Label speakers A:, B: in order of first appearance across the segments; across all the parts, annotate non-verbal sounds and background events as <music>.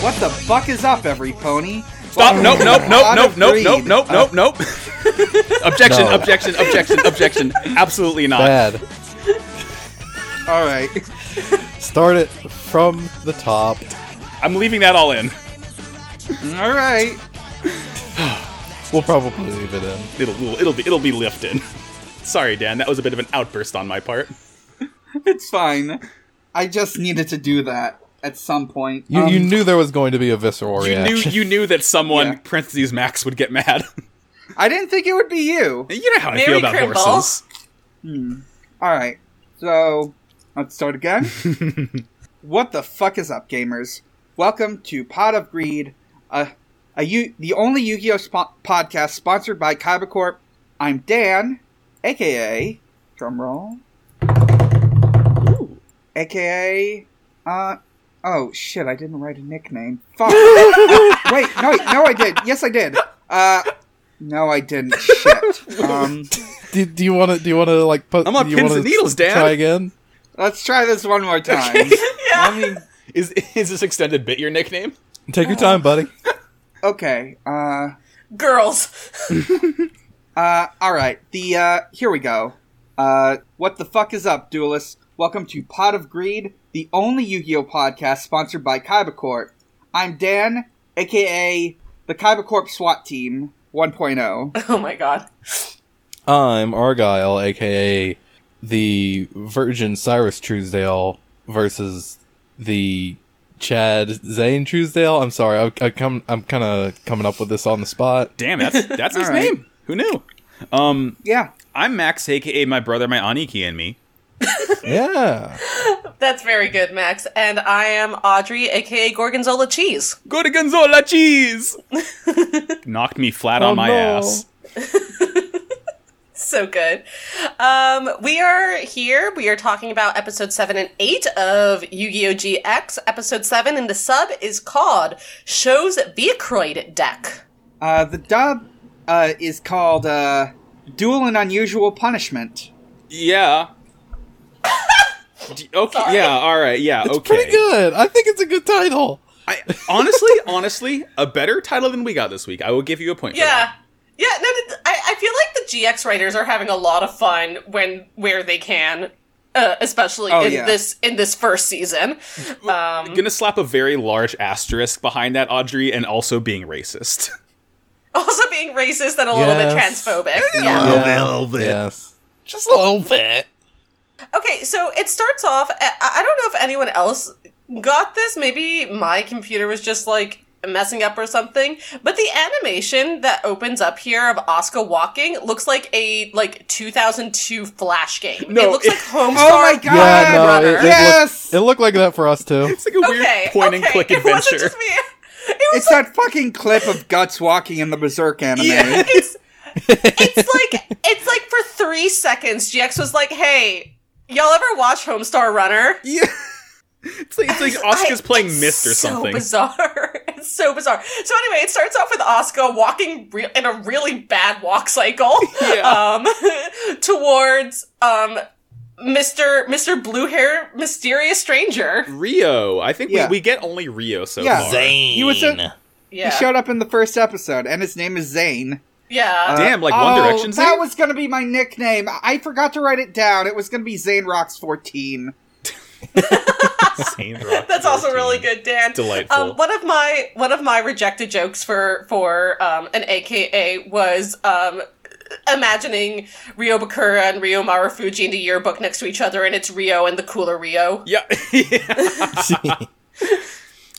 A: What the fuck is up, every pony?
B: Stop! Nope! Nope! Nope!
A: Out
B: Nope!
A: of
B: Nope!
A: greed.
B: Nope! Nope! Nope! Nope! <laughs> Objection!
C: No.
B: Objection! Objection! Objection! Absolutely not.
C: Bad.
A: Uh, All right.
C: Start it from the top.
B: I'm leaving that all in.
A: All right.
C: We'll probably leave it in.
B: It'll it'll, it'll be it'll be lifted. Sorry, Dan. That was a bit of an outburst on my part.
A: It's fine. I just needed to do that at some point.
C: You,
A: Um,
C: you knew there was going to be a visceral
B: You knew
C: reaction.
B: you knew that someone
A: Yeah.
B: parentheses Max would get mad. <laughs>
A: I didn't think it would be you.
B: you know how I feel
D: Merry
B: about
D: Crimble.
B: horses.
A: All right. So let's start again. what the fuck is up, gamers? Welcome to Pot of Greed, a, a Yu- the only Yu-Gi-Oh spo- podcast sponsored by Kaiba Corp. I'm Dan, aka drumroll, aka uh oh shit, I didn't write a nickname. Fuck. Wait, no, no, I did. Yes, I did. Uh, no, I didn't. Shit. Um.
C: <laughs> do, do you want to? Do you want to like put?
B: I'm on
C: do you
B: pins
C: wanna
B: and needles,
C: try
B: Dan.
C: again.
A: Let's try this one more time.
D: Yeah.
A: Let me-
B: Is is this extended bit your nickname?
C: Take your
B: <laughs>
C: time, buddy.
A: okay. Uh,
D: Girls. <laughs>
A: uh, all right. The uh, here we go. Uh, what the fuck is up, duelists? Welcome to Pot of Greed, the only Yu-Gi-Oh podcast sponsored by Kaiba Corp. I'm Dan, aka the Kaiba Corp SWAT Team 1.0.
D: Oh my god.
C: I'm Argyle, aka the Virgin Cyrus Truesdale versus the Chad Zane Truesdale. I'm sorry, I, I come, I'm kind of coming up with this on the spot.
B: Damn, <laughs> that's that's his
A: All right.
B: name. Who knew? Um,
A: Yeah.
B: I'm Max, aka my brother, my Aniki, and me.
C: Yeah,
D: That's very good, Max. And I am Audrey, aka Gorgonzola Cheese.
B: Go to Gonzola
C: <laughs>
B: cheese. Knocked me flat
C: Oh,
B: on my
C: no.
B: ass.
D: So good. Um, we are here. We are talking about episode 7 and 8 of Yu Gi Oh! GX. Episode 7 and the sub is called Shows Beacroyd Deck.
A: Uh, the dub uh, is called uh, Duel and Unusual Punishment.
D: <laughs>
B: Yeah. D- okay. Yeah. All right. Yeah.
C: it's
B: okay.
C: pretty good. I think it's a good title.
B: I, honestly, honestly, a better title than we got this week. I will give you a point. For
D: Yeah.
B: that.
D: Yeah, no, th- I, I feel like the GX writers are having a lot of fun when where they can, uh, especially
A: Oh,
D: in
A: yeah.
D: this in this first season. <laughs> Um,
B: I'm gonna slap a very large asterisk behind that, Audrey, and also being racist. <laughs>
D: also being racist and a little bit
C: Yes.
D: transphobic. Yeah.
C: little bit. Yes. Just a little bit.
D: Okay, so it starts off. I I don't know if anyone else got this. Maybe my computer was just like messing up or something. But the animation that opens up here of Oscar walking looks like a like 2002 Flash game.
B: No,
D: it looks
B: it-
D: like Homestar.
A: Oh my God,
C: Yeah, no,
D: Runner.
C: it, it,
A: Yes!
C: looked, it looked like that for us too.
B: <laughs> It's like a
D: okay,
B: weird point and
D: okay,
B: click
D: it wasn't
B: adventure.
D: just me. It
B: <laughs>
D: was
A: It's that fucking clip of Guts walking in the Berserk anime.
B: <laughs>
D: <laughs> it's it's like it's like for three seconds, GX was like, "Hey, y'all ever watch Homestar Runner?"
B: Yeah. It's like, it's like Oscar's
D: I-
B: playing
D: it's
B: Mist or
D: so
B: something.
D: bizarre. <laughs> It's so bizarre. So anyway, it starts off with Oscar walking re- in a really bad walk cycle
B: <laughs>
D: <laughs>
B: Yeah.
D: um, towards um, Mr. Mr. Blue Hair Mysterious Stranger.
B: Rio. I think
A: Yeah.
B: we, we get only Rio so
A: Yeah.
B: far.
A: He was in-
D: Yeah.
A: He showed up in the first episode, and his name is Zane.
D: yeah.
B: Damn, like One
A: One
B: Direction Zane?
A: Uh, oh, That was gonna be my nickname. I forgot to write it down. It was gonna be Zane Rocks 14.
B: Saint
D: <laughs>
B: Rock
D: That's also
B: 14.
D: really good, Dan.
B: Delightful.
D: Um, one of my one of my rejected jokes for for um, an AKA was um, imagining Rio Bakura and Rio Marufuji in the yearbook next to each other, and it's Rio and the cooler Rio.
B: Yeah. <laughs>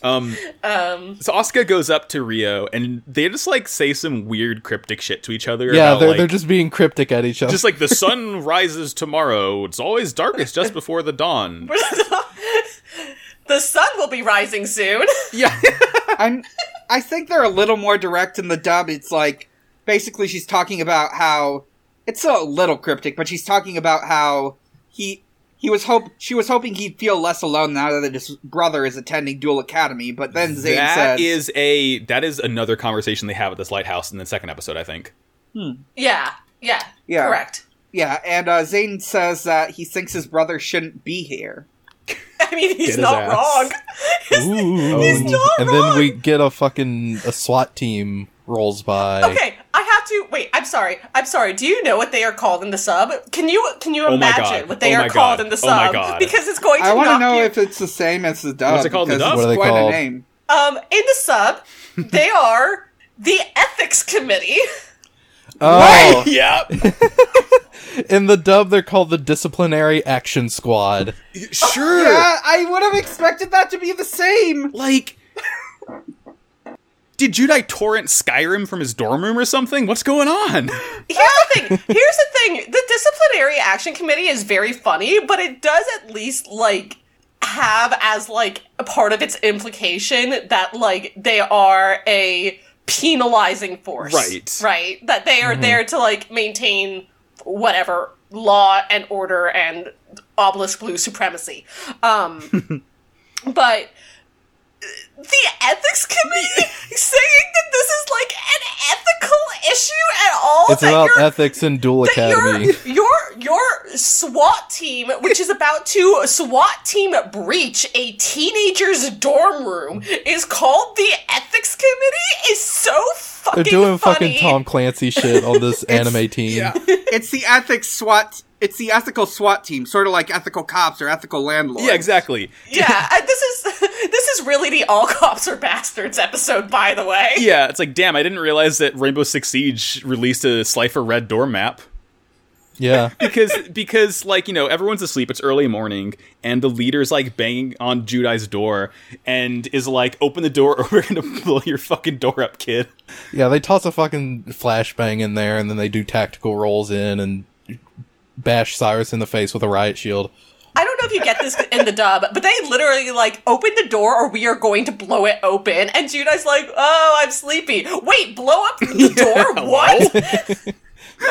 B: um,
D: Um,
B: so Oscar goes up to Rio, and they just like say some weird cryptic shit to each other.
C: yeah,
B: about,
C: they're
B: like,
C: they're just being cryptic at each
B: <laughs>
C: other.
B: just like the sun rises tomorrow. It's always darkest just before
A: <laughs>
B: the dawn.
D: <laughs> the sun will be rising soon.
B: Yeah,
A: I'm, I think they're a little more direct in the dub. It's like, basically, she's talking about how it's a little cryptic, but she's talking about how he. He was hope she was hoping he'd feel less alone now that his brother is attending Dual Academy, but then Zane
B: that
A: says,
B: is a that is another conversation they have at this lighthouse in the second episode. I think.
D: yeah, yeah,
A: Yeah.
D: correct.
A: "Yeah," and uh, Zane says that he thinks his brother shouldn't be here.
D: I mean, he's
B: his
D: not
B: ass.
D: wrong.
C: Ooh.
D: he's not
C: and
D: wrong.
C: then we get a fucking a SWAT team rolls by.
D: Okay, I have to wait. I'm sorry. I'm sorry. Do you know what they are called in the sub? Can you can you
B: Oh my
D: imagine
B: God.
D: what they
B: Oh
D: are
B: my God.
D: called in the
B: Oh my
D: sub?
B: God.
D: Because it's going to
A: I want to
D: knock
A: know
D: you-
A: if it's the same as the dub.
B: What's it called, the
A: because
B: dub?
A: it's
C: What are they
A: quite
C: called?
A: a name.
D: um in the
A: <laughs>
D: sub they are the ethics committee.
C: Oh,
B: yep.
C: in the dub they're called the Disciplinary Action Squad.
B: <laughs> Sure.
A: Yeah, I would have expected that to be the same.
B: Like, did Judai torrent Skyrim from his dorm room or something? What's going on? <laughs>
D: Here's the thing. Here's the thing. The disciplinary action committee is very funny, but it does at least like have as like a part of its implication that like they are a penalizing force.
B: Right.
D: Right. That they
C: Mm-hmm.
D: are there to like maintain whatever law and order and obelisk blue supremacy.
C: <laughs>
D: Um but the
C: <laughs>
D: ethics committee saying that this is like an ethical issue at all
C: It's
D: that
C: about
D: you're-
C: ethics in Duel
D: Oh that
C: Academy.
D: Your, your your SWAT team, which is about to SWAT team breach a teenager's dorm room, is called the ethics committee. Is so fucking.
C: They're doing
D: funny.
C: fucking Tom Clancy shit on
D: <laughs>
C: this anime team.
B: yeah.
A: It's the ethics SWAT. It's the ethical SWAT team, sort of like ethical cops or ethical landlords.
B: Yeah, exactly.
D: Yeah, I- this is this is really the all cops are bastards episode. By the way,
B: Yeah, it's like, damn, I didn't realize that Rainbow Six Siege released a Slifer Red door map.
C: <laughs> Yeah.
B: because because like you know everyone's asleep it's early morning and the leader's like banging on judai's door and is like open the door <laughs> or we're gonna blow your fucking door up kid
C: Yeah, they toss a fucking flashbang in there and then they do tactical rolls in and bash Cyrus in the face with a riot shield.
D: I don't know if you get this in the dub, but they literally like open the door or we are going to blow it open. And Judai's like, "Oh, I'm sleepy. Wait, blow up
C: <laughs>
D: the door? What?"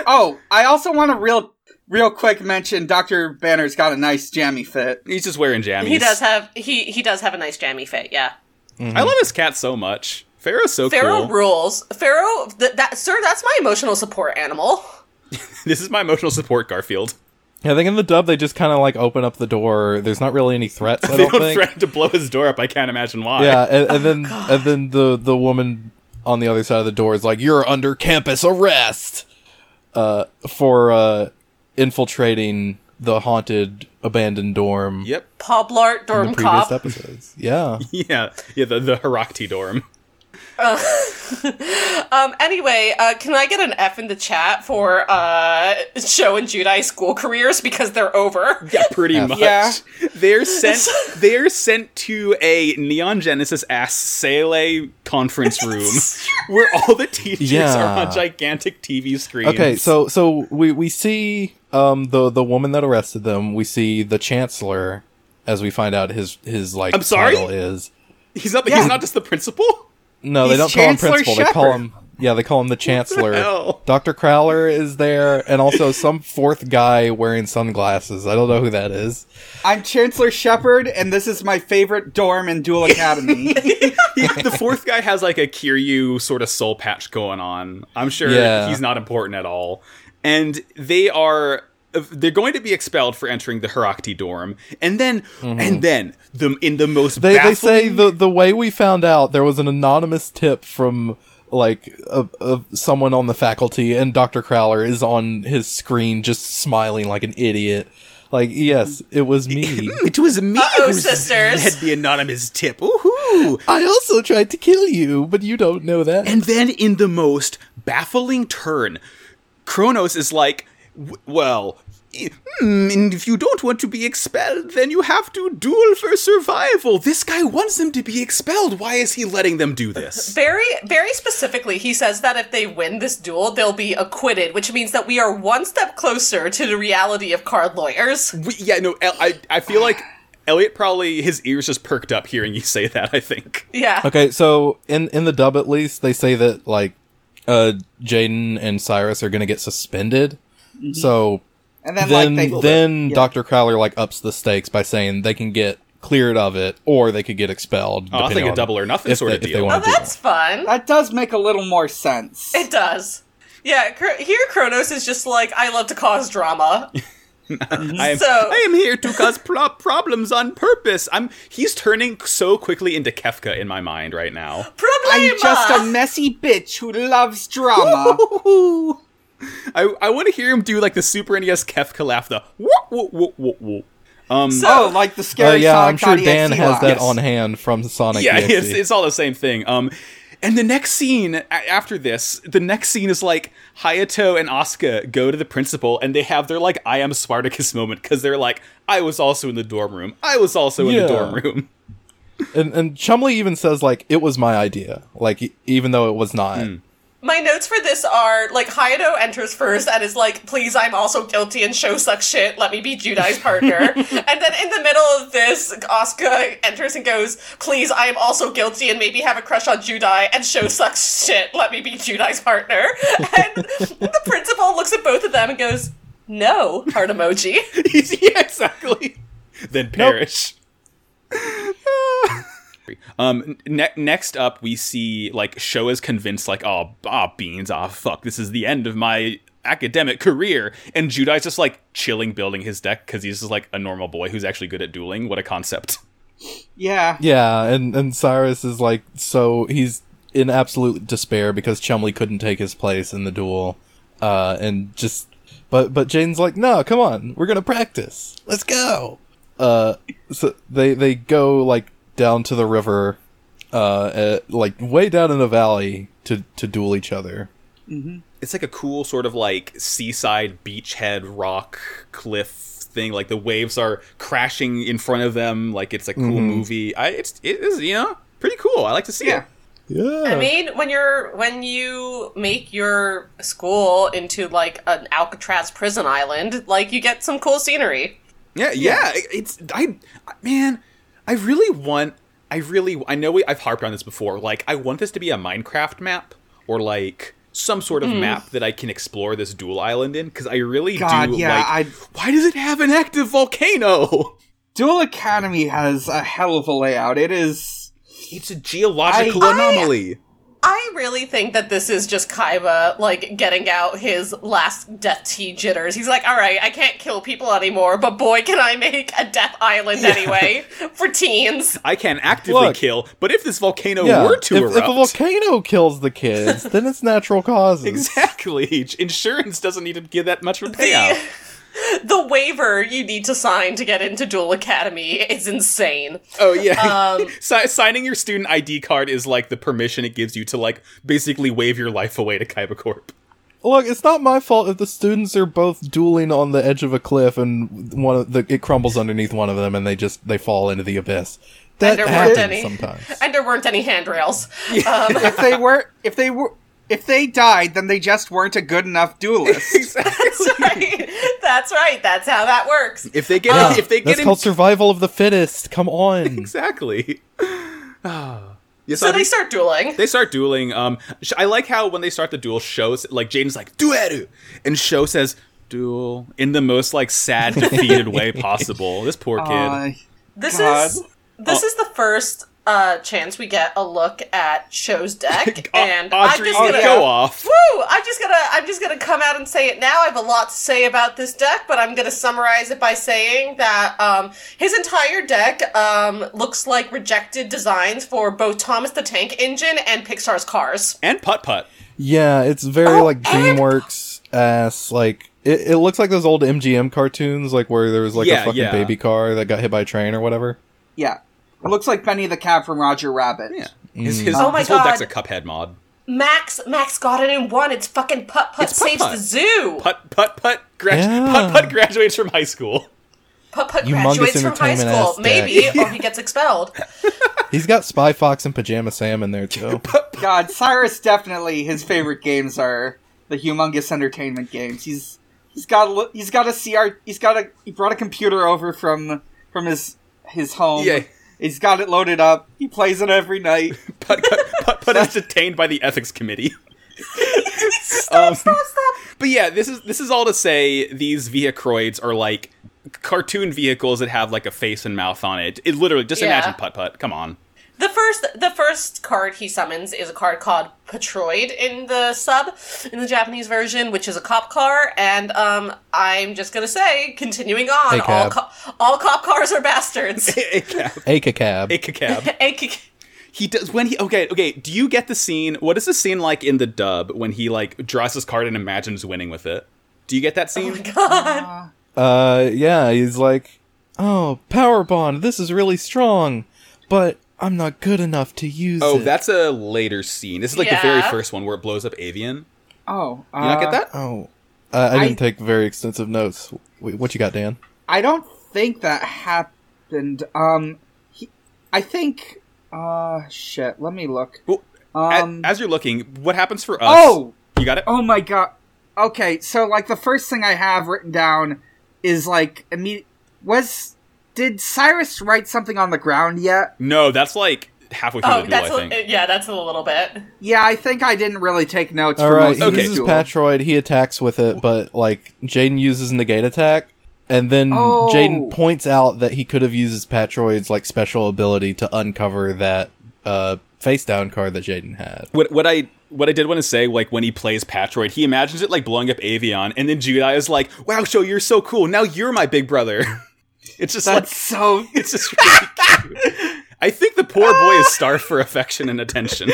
A: Oh, I also want to real, real quick mention Doctor Banner's got a nice jammy fit.
B: he's just wearing jammies
D: He does have he he does have a nice jammy fit. Yeah.
B: i love his cat so much pharaoh's so
D: Pharaoh
B: cool
D: rules. Pharaoh, th- that sir, that's my emotional support animal.
B: this is my emotional support garfield
C: Yeah, I think in the dub they just kind of like open up the door. There's not really
B: <laughs>
C: any threats.
B: they
C: I don't
B: don't
C: think.
B: threaten Oh, to blow his door up i can't imagine why
C: yeah, and, and then and then the the woman on the other side of the door is like, "You're under campus arrest uh, for uh, infiltrating the haunted abandoned dorm."
B: yep
D: Poblart
C: in
D: dorm
C: the previous
D: cop.
C: episodes.
B: <laughs>
C: Yeah,
B: yeah yeah the, the Herakti dorm
D: Um. Anyway, uh, can I get an F in the chat for uh Joe and Judai school careers because they're over?
B: <laughs> yeah pretty much
A: Yeah.
B: they're sent <laughs> they're sent to a neon genesis ass sele conference room where all the teachers
C: Yeah.
B: are on gigantic TV screens.
C: Okay, so so we we see um the the woman that arrested them. We see the chancellor, as we find out his his like
B: I'm sorry?
C: title is.
B: he's not
A: Yeah.
B: he's not just the principal.
C: No, they
A: He's
C: don't call him
A: Chancellor
C: principal. They call
A: Shepard.
C: him yeah, they call him the chancellor.
B: hell?
C: Doctor Crowler is there, and also some fourth guy wearing sunglasses. I don't know who that is.
A: I'm Chancellor Shepard, and this is my favorite dorm in Dual Academy.
B: He- the fourth guy has like a Kiryu sort of soul patch going on. I'm sure
C: Yeah.
B: he's not important at all. And they are they're going to be expelled for entering the Herakti dorm. And then and then the in the most
C: Mm-hmm. They they
B: baffling-
C: say the the way we found out there was an anonymous tip from like of of someone on the faculty, and Doctor Crowler is on his screen just smiling like an idiot. Like yes, it was me.
B: it was me
D: Uh-oh,
B: who
D: sisters.
B: had the anonymous tip. Woohoo!
C: <laughs> I also tried to kill you, but you don't know that.
B: And then in the most baffling turn, Kronos is like, "W- well, i- hmm, and if you don't want to be expelled, then you have to duel for survival. This guy wants them to be expelled. Why is he letting them do this?
D: Very, very specifically, he says that if they win this duel, they'll be acquitted, which means that we are one step closer to the reality of card lawyers.
B: We, yeah, no, El- I, I feel like Elliot probably, his ears just perked up hearing you say that, I think.
D: Yeah.
C: Okay, so in in the dub at least they say that like uh Jaden and Cyrus are gonna get suspended. So
A: Mm-hmm. And then,
C: then then,
A: like, they,
C: Dr. Crowler like ups the stakes by saying they can get cleared of it or they could get expelled.
B: Oh, I
C: depending
B: think a
C: on
B: double or nothing
C: if
B: sort
C: they-
B: of
C: if they
B: deal.
C: wanna
D: Oh,
C: do
D: that's
C: that.
D: fun.
A: that does make a little more sense.
C: <laughs>
D: It does. Yeah, Kr- here Kronos is just like, I love to cause drama.
B: I am,
D: So-
B: I am here to cause pro- problems on purpose. I'm. He's turning so quickly into Kefka in my mind right now.
D: Problema.
A: I'm just a messy bitch who loves
B: <laughs>
A: drama.
B: Ooh. I, I want to hear him do like the Super NES Kefka laugh. The whoop whoop whoop whoop whoop. Um,
A: oh, like the
C: Oh
A: scary
C: yeah,
A: Sonic
C: I'm sure
A: Dot
C: Dan
A: EXE
C: has
A: lock.
C: that on hand from Sonic. E
B: yeah,
C: EXE.
B: it's, it's all the same thing. Um, and the next scene a- after this, the next scene is like Hayato and Asuka go to the principal, and they have their like "I am Spartacus" moment because they're like, "I was also in the dorm room. I was also in
C: Yeah.
B: the dorm room."
C: and, and Chumley even says like it was my idea, like e- even though it was not.
B: Hmm.
D: My notes for this are like Hayato enters first and is like, please, I'm also guilty and show sucks shit. Let me be Judai's partner. and then in the middle of this, Asuka enters and goes, please, I am also guilty and maybe have a crush on Judai and show sucks shit. Let me be Judai's partner. And the principal looks at both of them and goes, no, heart emoji.
B: <laughs> yeah, exactly. Then perish. <laughs> um. Ne- next up, we see like Show is convinced, like, oh, ah, beans, ah, fuck, this is the end of my academic career, and Judai's just like chilling, building his deck because he's just like a normal boy who's actually good at dueling. What a concept.
A: Yeah.
C: Yeah, and and Cyrus is like so he's in absolute despair because Chumley couldn't take his place in the duel, uh, and just but but Jaden's like, no, come on, we're gonna practice, let's go. Uh, so they they go like down to the river, uh, at, like way down in the valley to to duel each other.
B: It's like a cool sort of like seaside beachhead rock cliff thing. Like the waves are crashing in front of them. Like it's a cool movie. I it's it is you know pretty cool. I like to see
A: Yeah.
B: it.
C: Yeah,
D: I mean, when you're when you make your school into like an Alcatraz prison island, like you get some cool scenery.
B: Yeah, yeah. it- It's I man, I really want I really I know we, I've harped on this before. Like I want this to be a Minecraft map or like some sort of map that I can explore this dual island in cuz I really
A: God,
B: do
A: yeah,
B: like
A: I-
B: Why does it have an active volcano?
A: Dual Academy has a hell of a layout. It is.
B: It's a geological
A: I-
B: anomaly.
D: I really think that this is just Kaiba like getting out his last death tea jitters. He's like, "All right, I can't kill people anymore, but boy, can I make a death island anyway <laughs> for teens."
B: I, can actively
C: Look.
B: kill, but if this volcano
C: yeah.
B: were to
C: if,
B: erupt
C: if a volcano kills the kids, then it's natural causes.
B: <laughs>
D: <laughs>
B: Exactly. Insurance doesn't need to give that much of a payout.
D: The, the waiver you need to sign to get into Dual Academy is insane.
B: Oh yeah, <laughs>
D: Um,
B: Si- signing your student ID card is like the permission it gives you to like basically wave your life away to Kaiba Corp. <laughs>
C: Look, it's not my fault if the students are both dueling on the edge of a cliff and one of the it crumbles underneath one of them and they just they fall into the abyss. That
D: And there weren't
C: happens
B: <laughs>
D: any.
C: sometimes.
D: And there weren't any handrails. Um,
A: If they were, if they were, if they died, then they just weren't a good enough duelist.
D: That's right. That's right. That's how that works.
B: If they get
D: Ah,
C: Yeah,
B: if they get
C: That's
B: in,
C: called survival of the fittest.
B: <laughs>
C: Come on.
B: exactly. Ah. yes,
D: So
B: Audrey?
D: they start dueling.
B: They start dueling. Um, sh- I like how when they start the duel, shows like Jaden's like dueru, and Show says duel in the most like sad,
D: <laughs>
B: defeated way possible. This poor <laughs> kid.
A: Uh,
D: This
A: God.
D: is this
B: Oh.
D: is the first uh, chance we get a look at Show's deck,
B: Au-
D: and I'm
B: Audrey, oh,
D: just gonna
B: go off.
D: Woo! I'm just gonna I'm just gonna come out and say it now. I have a lot to say about this deck, but I'm gonna summarize it by saying that um, his entire deck um, looks like rejected designs for both Thomas the Tank Engine and Pixar's Cars.
B: And putt putt.
C: yeah, it's very
D: Oh,
C: like
D: and-
C: DreamWorks ass like it, it looks like those old MGM cartoons, like where there was like
B: Yeah,
C: a fucking
B: yeah.
C: baby car that got hit by a train or whatever.
A: yeah, it looks like Benny the Cab from Roger Rabbit.
B: Yeah, his, his,
D: Oh my
B: his whole deck's a
D: God.
B: Cuphead mod.
D: Max Max got it in one. It's fucking putt putt
B: It's Putt
D: saves
B: Putt.
D: the zoo.
B: Putt putt putt. Grad-
C: Yeah.
B: Putt putt graduates from high school.
D: Putt Putt
C: Humongous
D: graduates from high
C: entertainment
D: school,
C: ass
D: maybe, or he
B: <laughs>
D: gets expelled.
C: He's got Spy Fox and Pajama Sam in
B: <laughs>
C: there too.
A: God, Cyrus definitely his favorite games are the humongous entertainment games. He's he's got a li- he's got a CR he's got a he brought a computer over from from his his home.
B: Yeah.
A: He's got it loaded up. He plays it every
B: <laughs>
A: night.
B: Putt putt, putt <laughs> is detained by the ethics committee. Um,
D: stop, stop, stop.
B: But yeah, this is this is all to say these vehicroids are like cartoon vehicles that have like a face and mouth on it. It literally just <laughs>
D: Yeah.
B: imagine putt putt. Come on.
D: The first the first card he summons is a card called Patroid in the sub in the Japanese version, which is a cop car. And um, I'm just gonna say, continuing on,
C: Hey,
D: all
C: cab.
D: co- all cop cars
B: <laughs>
D: are bastards. <laughs>
B: a cab.
C: Aka cab.
B: A cab.
D: And-
B: He does when he okay okay. Do you get the scene? What is the scene like in the dub when he like draws his card and imagines winning with it? Do you get that
D: Oh
B: scene?
C: Uh, yeah, he's like, oh, power bond. This is really strong, but I'm not good enough to use
B: oh,
C: it."
B: that's a later scene. This is like the very
D: Yeah.
B: first one where it blows up Avian.
A: Oh, uh,
B: You not get that?
C: Oh, uh, I didn't
A: I-
C: take very extensive notes. Wait, what you got, Dan?
A: I don't think that happened. Um, he, I think. Uh, shit. Let me look.
B: Well, a-
A: Um.
B: as you're looking, what happens for us?
A: oh.
B: you got it.
A: Oh my god. Okay, so like the first thing I have written down is like imme- was did Cyrus write something on the ground yet?
B: No, that's like halfway through
D: oh,
B: the duel.
D: that's
B: I
D: a,
B: think.
D: yeah, that's a little bit.
A: Yeah, I think I didn't really take notes.
C: All
A: for
C: right,
A: most
C: he
A: of
B: Okay.
A: this
C: uses
A: duel.
C: Patroid. He attacks with it, but like Jaden uses negate attack, and then
A: Oh.
C: Jaden points out that he could have used Patroid's like special ability to uncover that uh face down card that Jaden
A: <gasps>
C: had.
B: What what I what I did want to say, like when he plays Patroid, he imagines it like blowing up Avion, and then Judai is like, "Wow, show you're so cool. Now you're my big brother." <laughs> it's just
A: That's
B: like <laughs>
A: so
B: it's just really cute. I think the poor boy is starved for affection and <laughs> attention.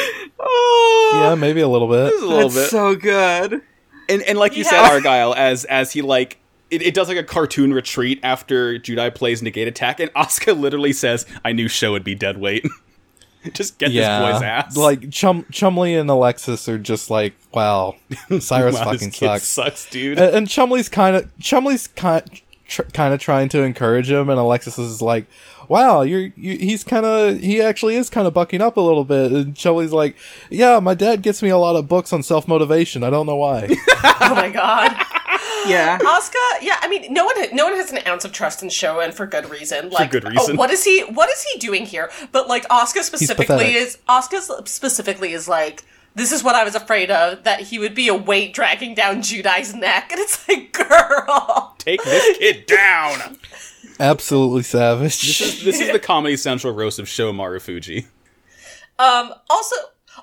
C: Yeah, maybe a little bit.
B: Just a little
A: that's
B: bit.
A: so good.
B: and and like you said,
D: Yeah.
B: Argyle, as as he like it, it does like a cartoon retreat after Judai plays negate attack, and Asuka literally says, "I knew Show would be dead weight." just get this boy's ass.
C: Like Chum- Chumley and Alexis are just like,
B: <laughs>
C: wow, Cyrus
B: Wow, this
C: fucking
B: kid
C: sucks.
B: sucks, dude.
C: and, and Chumley's kind of Chumley's kind tr- kind of trying to encourage him, and Alexis is like, wow, you're you, he's kind of he actually is kind of bucking up a little bit. And Chumley's like, yeah, my dad gets me a lot of books on self motivation. I don't
B: <laughs>
C: know why.
D: Oh my god.
A: Yeah.
D: Oscar, yeah, I mean, no one, no one has an ounce of trust in Show, and for good reason. Like,
B: good reason.
D: oh, what is he? What is he doing here? But like, Oscar specifically
C: pathetic.
D: is Oscar specifically is like, this is what I was afraid of that he would be a weight dragging down Judai's neck, and it's like, <laughs> girl,
B: Take this kid down.
C: Absolutely savage.
B: this is the Comedy Central roast of Show Marufuji.
D: Um, also,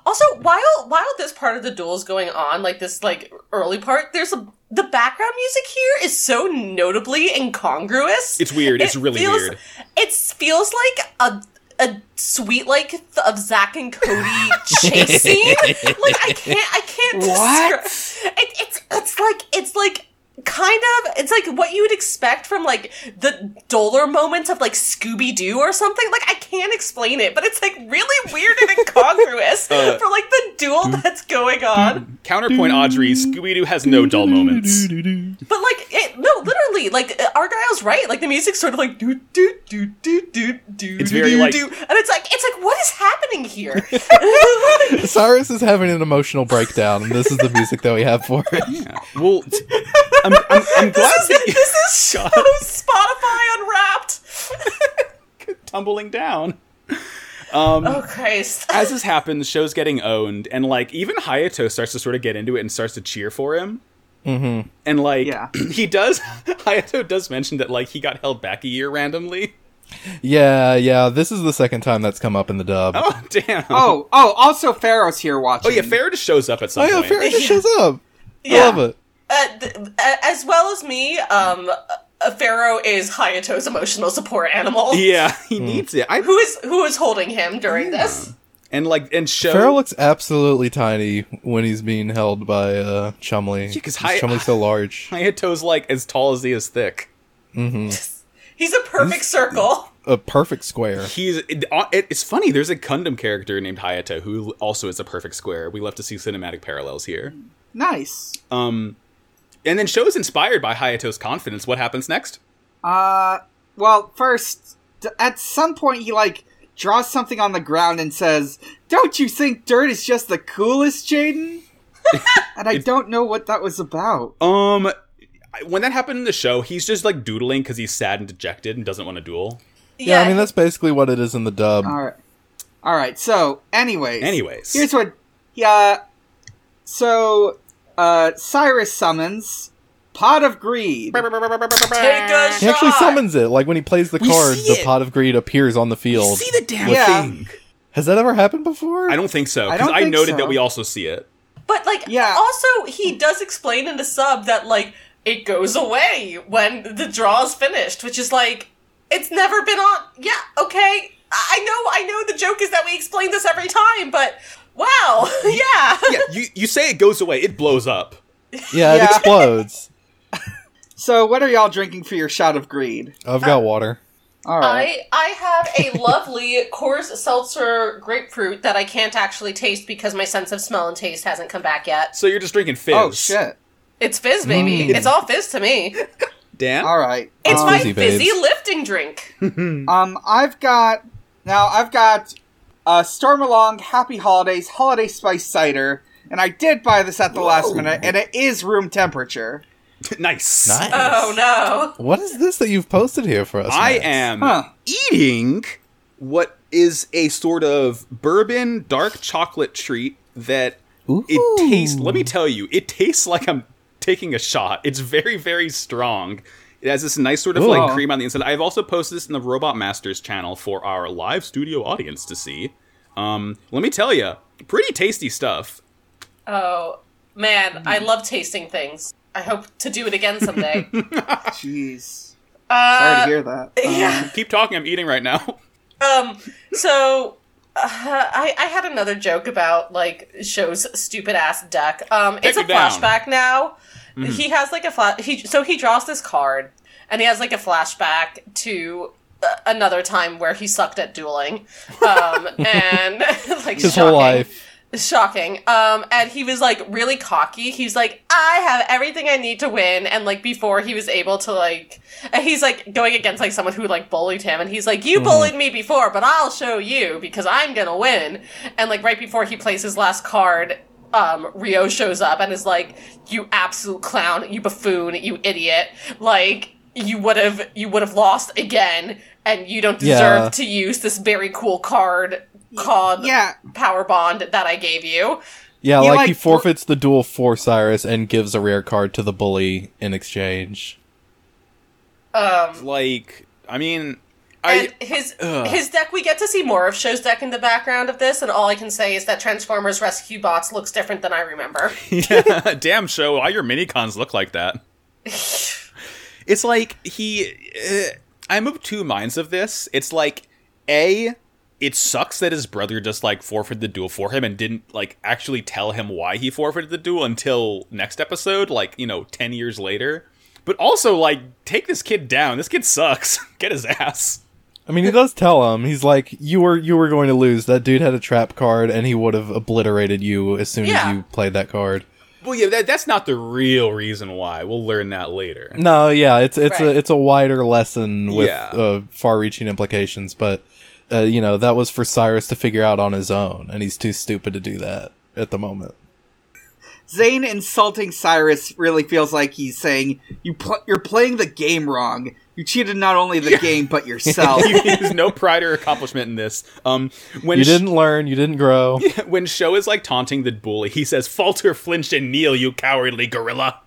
D: also while while this part of the duel is going on, like this like early part, there's a the background music here is so notably incongruous.
B: It's weird. It's really
D: feels,
B: weird.
D: It feels like a a sweet like th- of Zach and Cody chase scene. Like I can't I can't
A: What?
D: describe. It, it's it's like it's like kind of it's like what you would expect from like the duller moments of like Scooby Doo or something. Like I can't explain it, but it's like really weird and incongruous
B: Uh,
D: for like the duel that's going on.
B: Counterpoint Audrey, Scooby Doo has no dull moments.
D: But like it no, literally like uh, Argyle's right. Like the music's sort of like do do do do do do.
B: It's very,
D: do,
B: like-
D: do. and it's like it's like what is happening here?
C: <laughs>
D: <laughs>
C: Cyrus is having an emotional breakdown, and this is the music that we have for
B: <laughs>
C: it.
B: Yeah. Well, t- I'm, I'm, I'm glad
D: this, is,
B: that you're
D: this is show Spotify Unwrapped.
B: tumbling down.
D: oh Christ!
B: As this happens, Show's getting owned, and like even Hayato starts to sort of get into it and starts to cheer for him. Mm-hmm. And like
A: Yeah.
B: <clears throat> he does, <laughs> Hayato does mention that like he got held back a year randomly. <laughs>
C: Yeah, yeah. This is the second time that's come up in the dub.
B: Oh damn!
A: Oh, oh, also Pharaoh's here watching.
B: Oh, yeah, Farrah just shows up at some
C: Oh yeah,
B: point.
C: Farrah just shows up.
D: Yeah.
C: I love it.
D: Uh, th- uh, as well as me, um, uh, Pharaoh is Hayato's emotional support animal.
B: yeah, he
C: Hmm.
B: needs it. I
D: Who is who is holding him during this?
B: and like and Show
C: Pharaoh looks absolutely tiny when he's being held by uh, Chumley.
B: 'cause
C: Because
B: Hi-
C: Chumley's
B: <laughs>
C: so large.
B: Hayato's like as tall as he is thick.
D: He's a perfect circle.
C: A perfect square.
B: He's it, uh, it- it's funny. There's a Gundam character named Hayato who also is a perfect square. We love to see cinematic parallels here.
A: Nice.
B: Um, and then Show is inspired by Hayato's confidence. What happens next?
A: Uh, well, first, d- at some point, he like draws something on the ground and says, "Don't you think dirt is just the coolest, Jaden?" and I don't know what that was about.
B: Um, I- when that happened in the show, he's just like doodling because he's sad and dejected and doesn't want to duel.
C: Yeah, I mean that's basically what it is in the dub.
A: All right, all right. So, anyways,
B: Anyways,
A: here's what. Yeah. So, uh, Cyrus summons Pot of Greed.
D: take a shot.
C: He actually summons it. Like when he plays the card,
B: see
C: the
B: it.
C: pot of greed appears on the field.
B: see the damn
A: Yeah.
B: thing.
C: Has that ever happened before?
B: I don't think so.
A: I
B: Because
A: don't
B: I,
A: think
B: noted
A: so.
B: that we also see it.
D: But like,
A: Yeah.
D: Also, he does explain in the sub that like it goes away when the draw is finished, which is like it's never been on. Yeah, okay. I I know, I know. The joke is that we explain this every time, but wow, <laughs> yeah.
B: Yeah, you, you say it goes away, it blows up.
C: yeah,
A: Yeah.
C: it explodes.
A: So, what are y'all drinking for your shot of greed?
C: Oh, I've got water.
A: All right.
D: I I have a lovely Coors Seltzer grapefruit that I can't actually taste because my sense of smell and taste hasn't come back yet.
B: So you're just drinking fizz.
A: oh shit!
D: It's fizz, baby. It's all fizz to me.
B: Dan?
A: All right.
D: It's
A: um,
D: my
C: fizzy, babes.
D: fizzy lifting drink.
A: um, I've got now. I've got uh, Storm Along Happy Holidays Holiday Spice Cider, and I did buy this at the last minute, and it is room temperature.
B: <laughs> nice.
C: Nice.
D: Oh no.
C: What is this that you've posted here for us?
B: I
C: Max?
B: am
A: Huh.
B: eating what is a sort of bourbon dark chocolate treat that it tastes. Let me tell you, it tastes like I'm taking a shot. It's very, very strong. It has this nice sort of like
A: Ooh.
B: cream on the inside. I've also posted this in the Robot Masters channel for our live studio audience to see. Um, let me tell you, pretty tasty stuff.
D: Oh
C: Hmm.
D: man, I love tasting things. I hope to do it
C: <laughs>
D: again someday.
A: Jeez. Sorry to
D: uh,
A: hear that. Um,
D: <laughs> yeah.
B: Keep talking. I'm eating right now. <laughs>
D: Um. So. Uh, I, I had another joke about like show's stupid ass duck. Um, it's a
B: it down.
D: flashback now.
C: Mm-hmm.
D: He has like a flash. He so he draws this card, and he has like a flashback to uh, another time where he sucked at dueling,
C: <laughs>
D: um, and <laughs> like
C: His
D: shocking.
C: whole life.
D: Shocking. Um, and he was like really cocky. He's like, I have everything I need to win. And like before he was able to like, and he's like going against like someone who like bullied him. And he's like, you bullied me before, but I'll show you because I'm gonna win. And like right before he plays his last card, um, Rio shows up and is like, you absolute clown, you buffoon, you idiot. Like, you would have, you would have lost again. And you don't deserve
C: Yeah.
D: to use this very cool card called
A: yeah.
D: power bond that I gave you.
C: Yeah,
A: You
C: like,
A: like-
C: he forfeits the duel for Cyrus and gives a rare card to the bully in exchange.
D: Um,
B: Like, I mean,
D: and
B: I
D: his
B: Ugh.
D: his deck, we get to see more of Show's deck in the background of this, and all I can say is that Transformers Rescue Bots looks different than
B: <laughs>
D: I remember.
B: damn show. All your mini cons look like that. It's like he. Uh, I'm of two minds of this. It's like, a, it sucks that his brother just like forfeited the duel for him and didn't like actually tell him why he forfeited the duel until next episode, like you know, ten years later. But also, like, take this kid down. This kid sucks. <laughs> Get his ass.
C: I mean, he does tell him. He's like, "You were you were going to lose. That dude had a trap card, and he would have obliterated you as soon
D: Yeah.
C: as you played that card."
B: Well, yeah, that, that's not the real reason why. We'll learn that later. <laughs>
C: No, yeah, it's it's
D: Right.
C: a it's a wider lesson with
B: Yeah.
C: uh, far-reaching implications, but uh, you know that was for Cyrus to figure out on his own, and he's too stupid to do that at the moment.
A: Zane insulting Cyrus really feels like he's saying you pl- you're playing the game wrong. You cheated not only the game but
D: <laughs>
A: yourself.
B: There's no pride or accomplishment in this. Um, when
C: You
B: sh-
C: didn't learn, you didn't
D: <laughs>
C: grow.
B: <laughs> when Show is like taunting the bully, he says, "Falter, flinch, and kneel, you cowardly gorilla."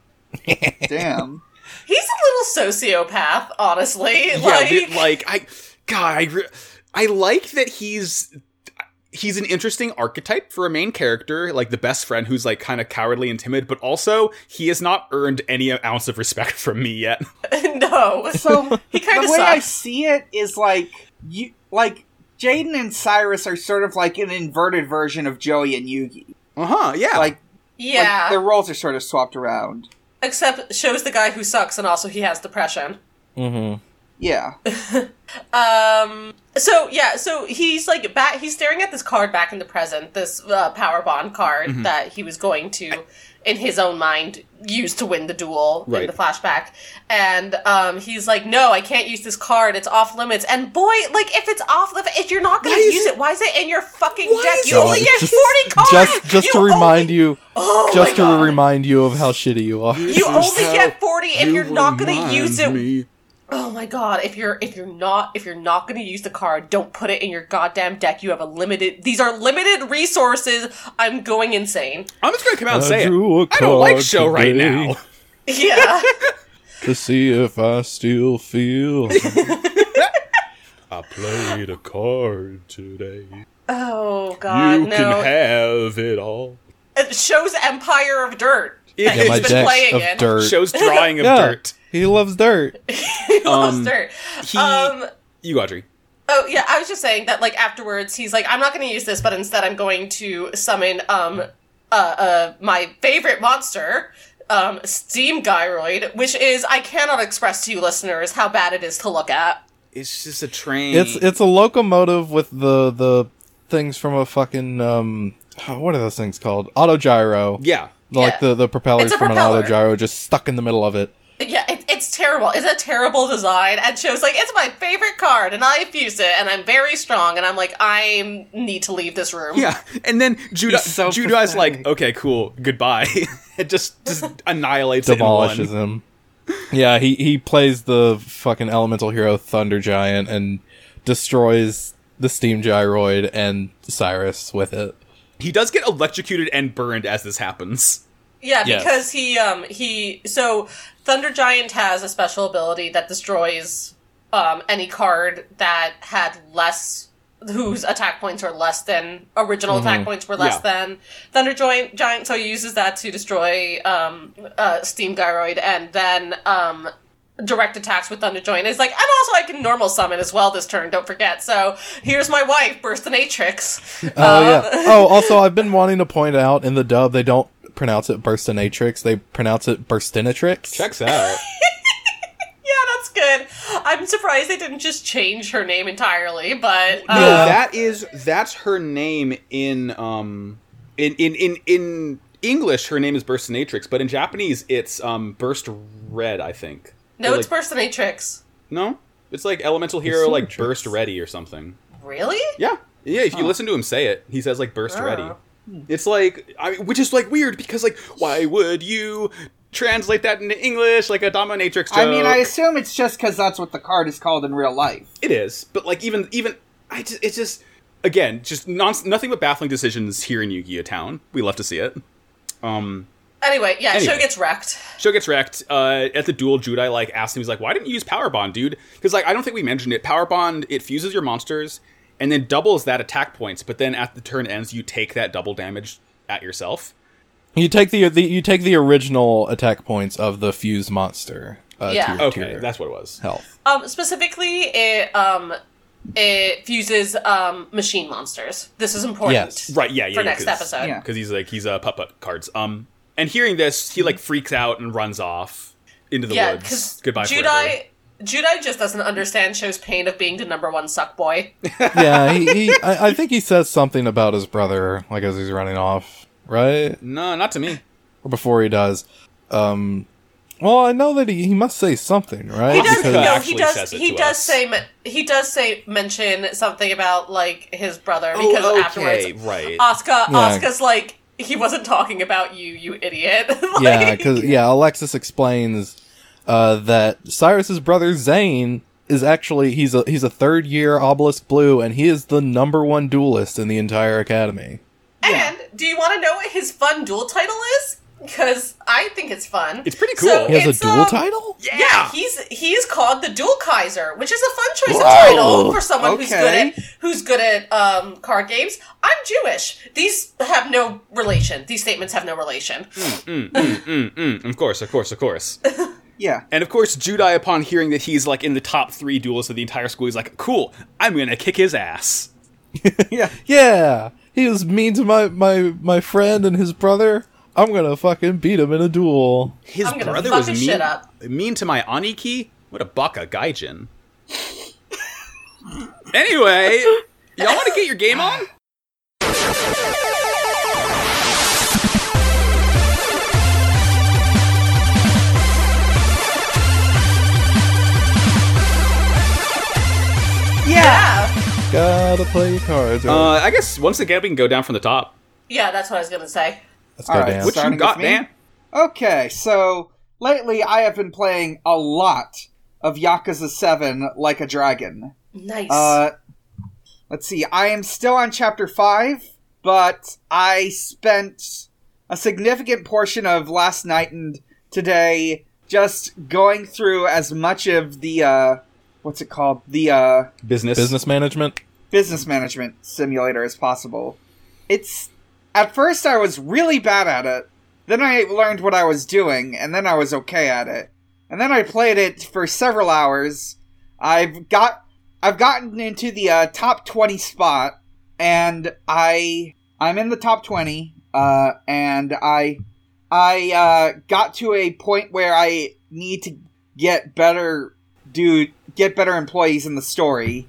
A: Damn.
D: He's a little sociopath, honestly. like,
B: yeah, dude, like I, God, I, re- I like that he's he's an interesting archetype for a main character, like the best friend who's like kind of cowardly and timid, but also he has not earned any ounce of respect <laughs> from me yet.
D: <laughs> no.
A: So
D: He
A: the
D: kind
A: way
D: of
A: I
D: sucks.
A: see it is like you like Jaden and Cyrus are sort of like an inverted version of Joey and Yugi.
B: Uh huh. Yeah.
A: Like,
D: yeah,
A: like their roles are sort of swapped around.
D: except Show's the guy who sucks, and also he has depression.
C: hmm
A: Yeah.
D: Um. So yeah. So he's like back. He's staring at this card back in the present. This uh, power bond card
C: Mm-hmm.
D: that he was going to, in his own mind, use to win the duel in
B: Right.
D: the flashback. And um, he's like, "No, I can't use this card. It's off limits." And boy, like if it's off limits, if you're not going
B: Why
D: to
B: is
D: use
B: it-
D: it, why is it in your fucking
B: Why
D: deck?
B: is
D: You
B: it-
D: only get
C: just,
D: forty cards.
C: just just to
D: You
C: remind
D: only-
C: you,
D: Oh my
C: just to
D: God.
C: remind you of how shitty you <laughs> are.
D: You only get forty if you're not going to use it Oh my god, if you're if you're not if you're not going to use the card, don't put it in your goddamn deck. You have a limited these are limited resources. I'm going insane.
B: I'm just gonna come out and
C: I
B: say
C: drew a
B: it. I don't like
C: card
B: Show right
C: today. <laughs>
B: now.
D: Yeah.
C: to see if I still feel.
B: I played a card today.
D: <laughs> Oh God,
B: you
D: no!
B: can have it all.
D: it shows Empire of Dirt. that
B: Yeah,
D: he's
C: my
D: been
C: decks
D: playing
C: of <laughs>
D: in. <laughs>
C: dirt.
B: Shows drawing of
C: <laughs> yeah,
B: dirt.
C: he loves dirt.
D: He loves
B: Um,
D: dirt.
B: he-
D: um,
B: You, Audrey.
D: Oh yeah, I was just saying that like afterwards he's like, I'm not gonna use this, but instead I'm going to summon um uh, uh my favorite monster, um, Steam Gyroid, which is I cannot express to you listeners how bad it is to look at.
B: It's just a train.
C: It's
D: Mm.
C: it's a locomotive with the the things from a fucking um oh, what are those things called? Autogyro.
B: yeah.
C: Like
D: Yeah.
C: the the propellers
D: It's a
C: from
D: propeller.
C: an autogyro just stuck in the middle of it.
D: Yeah, it, it's terrible. It's a terrible design. And she was like, It's my favorite card, and I abuse it, and I'm very strong, and I'm like, I need to leave this room.
B: <laughs> Yeah, and then Judah,
A: He's so
B: Judah's like,
A: pathetic.
B: okay, cool, goodbye. <laughs> it just just annihilates
C: Demolishes
B: it. in one.
C: him. Yeah, he he plays the fucking elemental hero Thunder Giant and destroys the steam gyroid and Cyrus with it.
B: He does get electrocuted and burned as this happens.
D: Yeah,
C: Yes.
D: because he um he so Thunder Giant has a special ability that destroys um any card that had less whose attack points are less than original attack points were less
B: Yeah.
D: than Thunder Giant Giant so he uses that to destroy um uh Steam Gyroid and then um direct attacks with Thunder Giant is like and also I can normal summon as well this turn don't forget so here's my wife Burstinatrix
C: Oh yeah. Oh, also, I've been wanting to point out in the dub they don't pronounce it burstinatrix; they pronounce it burstinatrix.
B: Checks <laughs> out.
D: Yeah, that's good. I'm surprised they didn't just change her name entirely, but
B: No,
D: uh,
B: that is that's her name in um in in in in English. Her name is Burstinatrix, but in Japanese, it's um Burst Red. I think.
D: no,
B: Or
D: it's
B: like-
D: Burstinatrix.
B: no. It's like Elemental Hero, like
C: Burstinatrix.
B: Burst Ready or something.
D: Really?
B: Yeah, yeah. If you listen to him say it, he says like burst
D: Oh.
A: Ah.
B: ready.
A: Hmm.
B: It's like I mean, which is like weird because like why would you translate that into English like a dominatrix? Joke?
A: I mean, I assume it's just because that's what the card is called in real life.
B: it is, but like even even I just it's just again just non- nothing but baffling decisions here in Yu-Gi-Oh Town. We love to see it. Um,
D: Anyway, yeah,
B: Anyway.
D: show gets wrecked.
B: Show gets wrecked uh, at the duel. Judai like asked him, he's like, "Why didn't you use Power Bond, dude?" Because like I don't think we mentioned it. Power Bond it fuses your monsters and then doubles that attack points, but then at the turn ends, you take that double damage at yourself.
C: You take the, the you take the original attack points of the fused monster. Uh,
D: Yeah.
C: To your, to
B: Okay,
C: your
B: that's what it was.
C: health.
D: Um, specifically, it um, it fuses um machine monsters. This is important.
C: Yes.
B: Right? Yeah, yeah.
D: For next episode.
A: Yeah.
B: because he's like he's a uh, puppet cards. Um, and hearing this, he like freaks out and runs off into the
D: Yeah,
B: woods.
D: because
B: Goodbye, forever.
D: Judai. Judai just doesn't understand Show's pain of being the number one suck boy.
C: yeah, he,
D: <laughs>
C: he I, I think he says something about his brother, like as he's running off, right?
B: No, not to me.
C: Or before he does. Um, well, I know that he, he must say something, right?
D: He does.
B: Because-
D: no,
B: Actually
D: he does.
B: says it
D: he
B: to
D: does
B: us.
D: say. men- He does say mention something about like his brother
B: Oh,
D: because
B: okay,
D: afterwards,
B: right.
D: Oscar,
C: Yeah.
D: Oscar's like he wasn't talking about you, you idiot. <laughs>
C: <laughs>
D: like,
C: yeah, because yeah, Alexis explains uh, that Cyrus's brother Zane is actually he's a he's a third year Obelisk Blue, and he is the number one duelist in the entire academy.
D: And do you want to know what his fun duel title is? Because I think it's fun.
B: It's pretty
D: So,
B: cool.
C: He has
D: It's,
C: a duel
D: um,
C: title.
B: yeah.
D: Yeah, he's he's called the Duel Kaiser, which is a fun choice of
B: Whoa!
D: title for someone who's good
A: Okay.
D: at who's good at um, card games. I'm Jewish. These have no relation. These statements have no relation.
B: Mm, mm, mm, mm. Of course, of course, of course. <laughs>
A: Yeah. <laughs>
B: And of course, Judai, upon hearing that he's like in the top three duelists of the entire school, he's like, "Cool, I'm gonna kick his ass." <laughs>
A: Yeah.
C: Yeah, he was mean to my my my friend and his brother. I'm gonna fucking beat him in a duel.
B: His
D: I'm gonna
B: brother
D: fuck
B: was
D: his
B: mean,
D: shit up.
B: mean to my Aniki. What a baka gaijin. anyway, y'all want to get your game on?
D: Yeah,
C: Gotta play your cards.
B: Uh,
C: right.
B: I guess once again we can go down from the top.
D: yeah, that's what I was gonna say.
C: Let's go
A: all right,
C: down.
B: What you
A: Starting
B: got,
A: with me?
B: Dan?
A: Okay, so lately I have been playing a lot of Yakuza 7 like a dragon.
D: Nice.
A: Uh, let's see, I am still on chapter 5, but I spent a significant portion of last night and today just going through as much of the, uh, what's it called? The, uh,
B: Business.
C: Business management.
A: business management simulator as possible. It's at first I was really bad at it. Then I learned what I was doing, and then I was okay at it. And then I played it for several hours. I've got I've gotten into the uh, top twenty spot, and I I'm in the top twenty. Uh, and I I uh, got to a point where I need to get better dude get better employees in the story.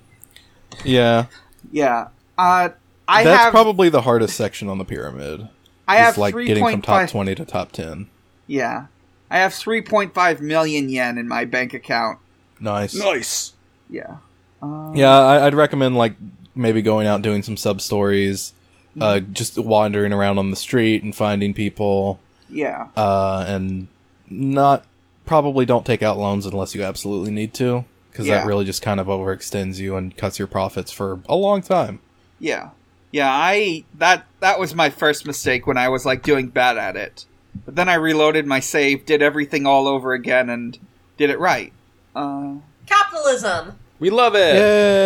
C: Yeah,
A: Yeah. Uh, I
C: that's
A: have
C: probably the hardest section on the pyramid.
A: I
C: It's
A: have
C: like
A: three
C: getting from
A: point
C: top
A: five.
C: twenty to top ten.
A: Yeah, I have three point five million yen in my bank account.
C: Nice.
B: Nice.
A: Yeah. Um,
C: Yeah, I, I'd recommend like maybe going out doing some sub stories, uh,
A: Mm.
C: just wandering around on the street and finding people,
A: Yeah.
C: uh, and not probably don't take out loans unless you absolutely need to, because
A: Yeah.
C: that really just kind of overextends you and cuts your profits for a long time.
A: Yeah. Yeah, I that that was my first mistake when I was like doing bad at it. But then I reloaded my save, did everything all over again and did it right. Uh
D: Capitalism.
B: We love it.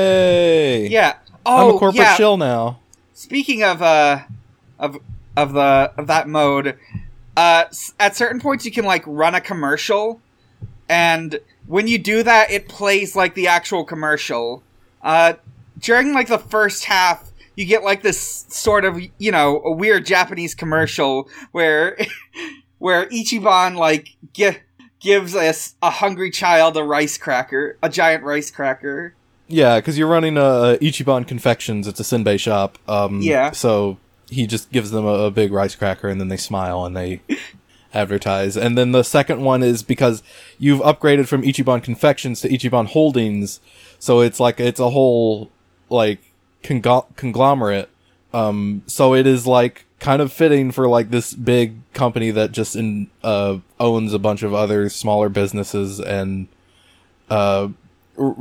C: Yay!
A: yeah.
C: I'm
A: Oh,
C: a corporate
A: yeah.
C: shill now.
A: Speaking of uh of of the of that mode, uh s- at certain points you can like run a commercial and when you do that it plays like the actual commercial. Uh during like the first half you get like this sort of, you know, a weird Japanese commercial where <laughs> where Ichiban like gi- gives us a hungry child a rice cracker, a giant rice cracker.
C: Yeah, because you're running uh, Ichiban Confections. It's a Senbei shop. Um,
A: Yeah.
C: So he just gives them a, a big rice cracker, and then they smile and they advertise. And then the second one is because you've upgraded from Ichiban Confections to Ichiban Holdings, so it's like it's a whole like congl- conglomerate. Um, so it is like kind of fitting for like this big company that just in, uh, owns a bunch of other smaller businesses and uh, r-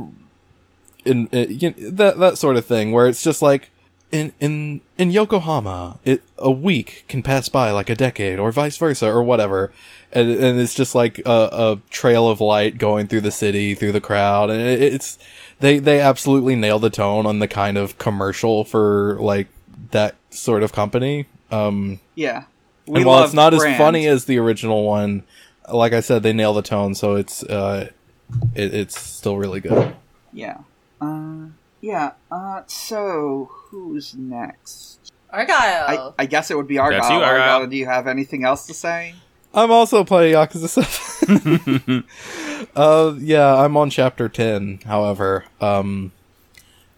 C: in, in you know, that that sort of thing where it's just like in in in Yokohama, it a week can pass by like a decade or vice versa or whatever, and and it's just like a, a trail of light going through the city through the crowd, and it, it's they they absolutely nail the tone on the kind of commercial for like that sort of company. Um,
A: Yeah. We
C: and while
A: love
C: it's not as
A: brands.
C: funny as the original one, like I said, they nail the tone, so it's uh, it, it's still really good.
A: Yeah. Uh, yeah. Uh, so who's next?
D: Argyle.
A: I, I guess it would be Argyle.
B: That's you, Argyle.
A: do you have anything else to say?
C: I'm also playing Yakuza 7. uh, yeah, I'm on chapter 10, however. Um,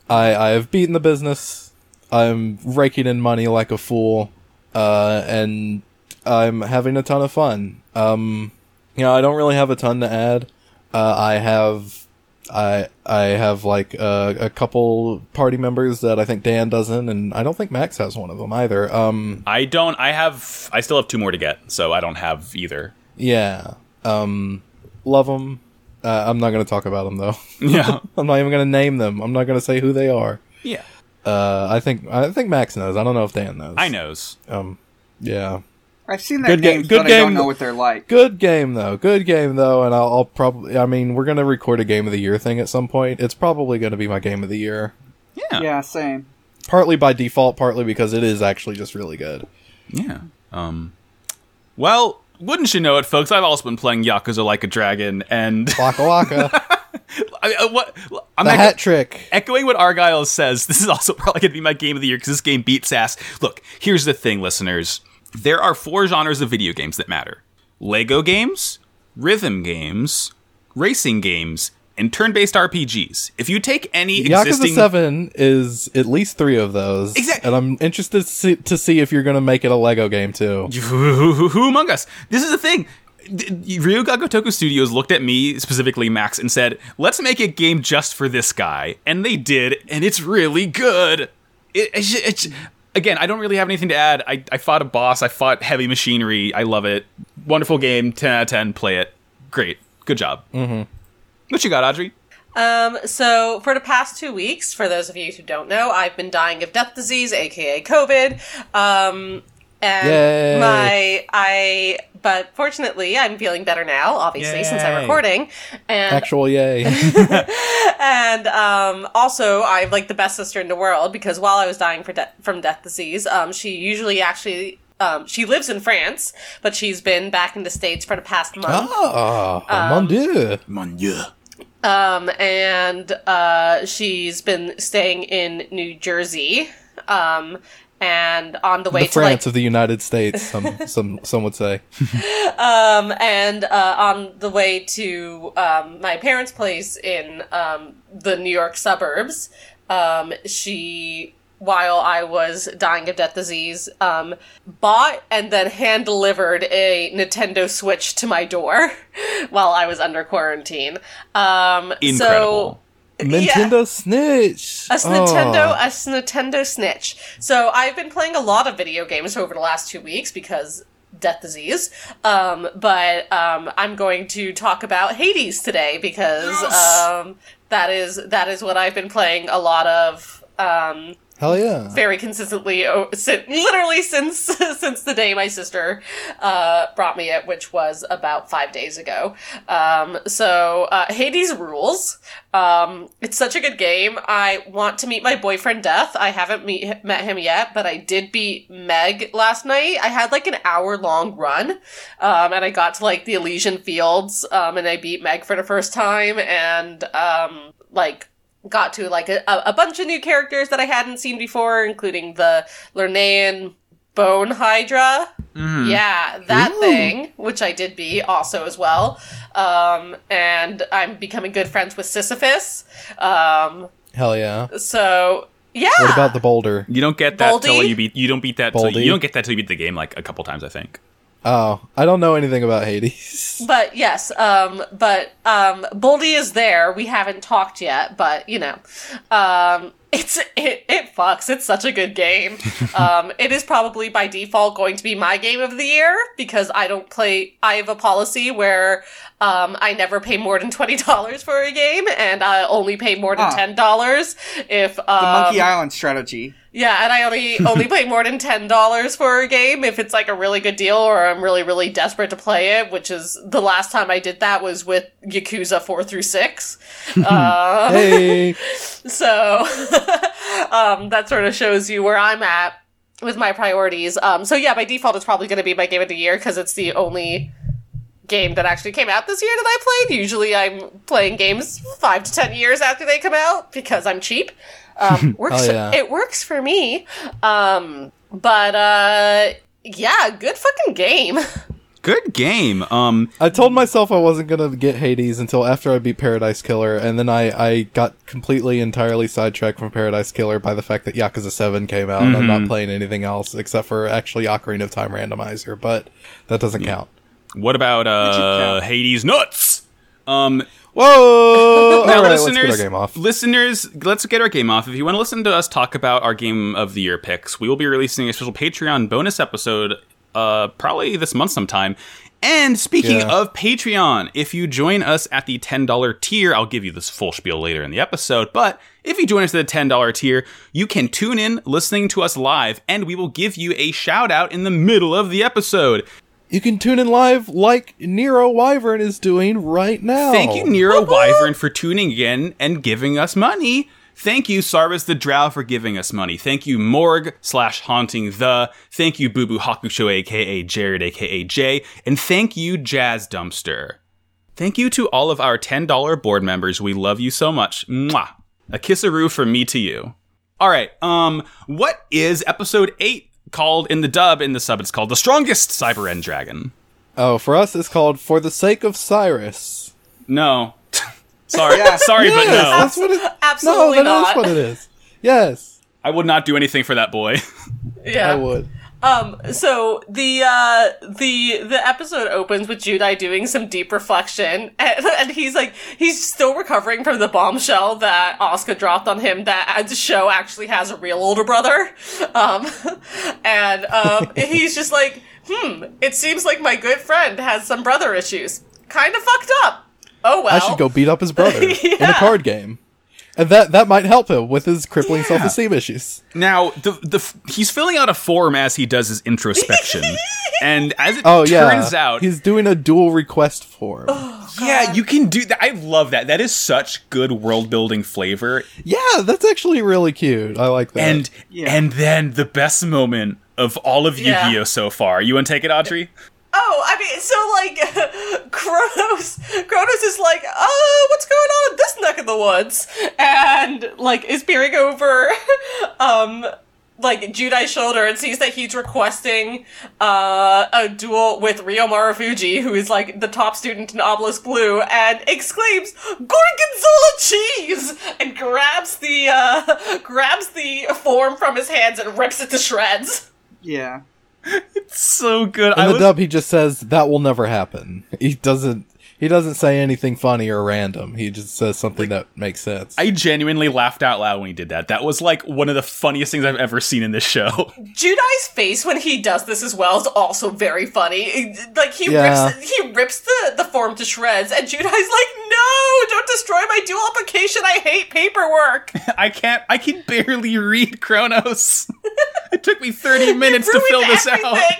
C: I, I have beaten the business. I'm raking in money like a fool. Uh, and I'm having a ton of fun. Um, you know, I don't really have a ton to add. Uh, I have. I I have like uh, a couple party members that I think Dan doesn't, and I don't think Max has one of them either. Um,
B: I don't. I have. I still have two more to get, so I don't have either.
C: Yeah. Um, love them. Uh, I'm not going to talk about them though.
B: <laughs>
C: <laughs>
B: Yeah.
C: I'm not even going to name them. I'm not going to say who they are.
B: <laughs> yeah.
C: Uh, I think I think Max knows. I don't know if Dan knows.
B: I knows.
C: Um, yeah.
A: I've seen their
C: Good game-
A: games,
C: good
A: but I don't
C: game.
A: know what they're like.
C: Good game though. Good game though. And I'll, I'll probably. I mean, we're going to record a game of the year thing at some point. It's probably going to be my game of the year.
B: Yeah.
A: Yeah, same.
C: Partly by default, partly because it is actually just really good.
B: Yeah. Um. Well, wouldn't you know it, folks? I've also been playing Yakuza Like a Dragon, and <laughs>
C: Waka waka.
B: I, I, what I'm
C: the
B: echo-
C: hat trick.
B: echoing what Argyle says. This is also <laughs> probably going to be my game of the year because this game beats ass. Look, here's the thing, listeners: there are four genres of video games that matter: Lego games, rhythm games, racing games, and turn-based RPGs. If you take any
C: Yakuza
B: existing
C: Seven is at least three of those,
B: Exact-
C: and I'm interested to see, to see if you're going to make it a Lego game too.
B: <laughs> who among us? This is the thing. D- Ryuga Gotoku Studios looked at me, specifically Max, and said, let's make a game just for this guy. And they did, and it's really good. It, it's, it's, again, I don't really have anything to add. I, I fought a boss, I fought heavy machinery. I love it. Wonderful game, 10 out of 10. Play it. Great. Good job. Mm-hmm. What you got, Audrey?
D: Um, so for the past two weeks, for those of you who don't know, I've been dying of death disease, aka COVID. Um, And
C: Yay.
D: my I but fortunately I'm feeling better now, obviously, since
B: Yay.
D: I'm recording. And
C: Actual <laughs> yay.
D: and um, also, I'm like the best sister in the world because while I was dying for de- from death disease, um, she usually actually um, she lives in France, but she's been back in the states for the past month.
C: oh,
D: Ah.
C: mon dieu.
B: Mon Dieu.
D: Um, and uh, she's been staying in New Jersey. Um, and on the way
C: The
D: to like
C: France of the United States,
D: <laughs>
C: some, some, some would say.
D: um, and uh, on the way to um, my parents' place in um, the New York suburbs, um, she, while I was dying of death disease, um, bought and then hand delivered a Nintendo Switch to my door <laughs> while I was under quarantine. Um, So,
B: Incredible.
C: Nintendo Snitch. Ah,
D: a Nintendo, a Nintendo Snitch. So I've been playing a lot of video games over the last two weeks because death disease. Um, but um, I'm going to talk about Hades today because um, that is that is what I've been playing a lot of. Um,
C: Hell yeah.
D: very consistently, o- sin- literally since <laughs> since the day my sister uh, brought me it, which was about five days ago. Um, so uh, Hades rules. Um, it's such a good game. I want to meet my boyfriend Death. I haven't meet, met him yet, but I did beat Meg last night. I had like an hour long run, um, and I got to like the Elysian Fields, um, and I beat Meg for the first time, and um, like got to like a, a bunch of new characters that I hadn't seen before, including the Lernaean Bone Hydra.
C: Mm.
D: Yeah, that thing, which I did be also as well. Um, and I'm becoming good friends with Sisyphus. Um,
C: Hell yeah.
D: so yeah.
C: What about
D: Ah.
C: the boulder?
B: You don't get that till
D: Baldy?
B: you beat. You don't beat that. Till,
C: Baldy?
B: you don't get that till you beat the game like a couple times. I think.
C: Oh, I don't know anything about Hades. <laughs>
D: but yes, um, but um, Boldy is there. We haven't talked yet, but you know, um, <laughs> it's it, it fucks. It's such a
A: <laughs>
D: good game. um, it is probably by default going to be my game of the year because I don't play. I have a policy where um, I never pay more than twenty dollars for a game, and I only pay more than
A: Ah.
D: ten dollars if um,
A: The Monkey Island strategy.
D: yeah, and I only only pay more than ten dollars for a game if it's like a really good deal or I'm really really desperate to play it. Which is the last time I did that was with Yakuza four through six. uh,
C: Hey.
D: so <laughs> um, that sort of shows you where I'm at with my priorities. Um, so yeah, by default, it's probably going to be my game of the year because it's the only game that actually came out this year that I played. Usually, I'm playing games five to ten years after they come out because I'm cheap.
C: <laughs>
D: Um, works.
C: Hell Oh, yeah.
D: It works for me. Um, but uh, yeah, good fucking game. <laughs>
B: Good game. Um,
C: I told myself I wasn't gonna get Hades until after I beat Paradise Killer, and then I, I got completely entirely sidetracked from Paradise Killer by the fact that Yakuza Seven came out. and I'm
D: Mm-hmm.
C: not playing anything else except for actually Ocarina of Time randomizer, but that doesn't count.
B: what about uh,
A: count.
B: Hades nuts? Um,
C: Whoa!
B: now,
C: All right, <laughs> let's
B: listeners,
C: get our game off.
B: listeners, let's get our game off. If you want to listen to us talk about our game of the year picks, we will be releasing a special Patreon bonus episode, uh, probably this month sometime. And speaking
C: Yeah.
B: of Patreon, if you join us at the ten dollar tier, I'll give you this full spiel later in the episode. But if you join us at the ten dollar tier, you can tune in listening to us live, and we will give you a shout out in the middle of the episode.
C: You can tune in live like Nero Wyvern is doing right now.
B: Thank you, Nero Wyvern, for tuning in and giving us money. Thank you, Sarvis the Drow, for giving us money. Thank you, Morg slash Haunting the. Thank you, Boo Boo Hakusho, aka Jared, aka Jay. And thank you, Jazz Dumpster. Thank you to all of our $10 board members. We love you so much. Mwah. A kisseroo from me to you. All right. Um, what is episode 8 called in the dub? In the sub, it's called The Strongest Cyber End Dragon.
C: Oh, for us, it's called "For the Sake of Cyrus."
B: No. <laughs> sorry.
A: Yeah.
B: Sorry, but no.
C: Yes, that's what
D: <laughs>
C: it.
D: Absolutely
C: no, that is
D: not.
C: what it is. Yes,
B: I would not do anything for that boy. <laughs>
D: <laughs> yeah.
C: I would.
D: Um, so the uh the the episode opens with Judai doing some deep reflection <laughs> and, and he's like he's still recovering from the bombshell that Oscar dropped on him that uh, the show actually has a real older brother. Um <laughs> and um he's just like, hmm, it seems like my good friend has some brother issues. Kinda fucked up. Oh well <laughs>
C: I should go beat up his brother in
D: Yeah.
C: a card game. and that that might help him with his crippling
B: Yeah.
C: self-esteem issues.
B: Now, the the he's filling out a form as he does his <laughs> introspection, and as it
C: Oh yeah,
B: turns out,
C: he's doing a dual request
D: <gasps>
C: form.
B: yeah, you can do that. I love that. That is such good world building flavor.
C: yeah, that's actually really cute. I like that.
B: And
A: Yeah.
B: and then the best moment of all of
D: Yeah.
B: Yu-Gi-Oh so far. You want to take it, Audrey?
D: Oh, I mean, so like <laughs> Kronos, Kronos is like, oh, what's going on in this neck of the woods? And like is peering over, <laughs> um, like Judai's shoulder and sees that he's requesting uh, a duel with Ryo Marufuji, who is like the top student in Obelisk Blue, and exclaims, "Gorgonzola cheese!" and grabs the uh, <laughs> grabs the form from his hands and rips it to shreds. <laughs>
A: Yeah.
B: So good.
C: in
B: I
C: the
B: was-
C: dub, he just says that will never happen. <laughs> He doesn't. He doesn't say anything funny or random. He just says something that makes sense.
B: I genuinely laughed out loud when he did that. That was like one of the funniest things I've ever seen in this show. <laughs>
D: Judai's face when he does this as well is also very funny. Like he
C: Yeah.
D: rips he rips the, the form to shreds, and Judai's like, "No, don't destroy my dual application. I hate
B: <laughs>
D: paperwork.
B: I can't. I can barely read Kronos. <laughs> it took me thirty minutes to
D: Ruin
B: fill this out.
D: everything."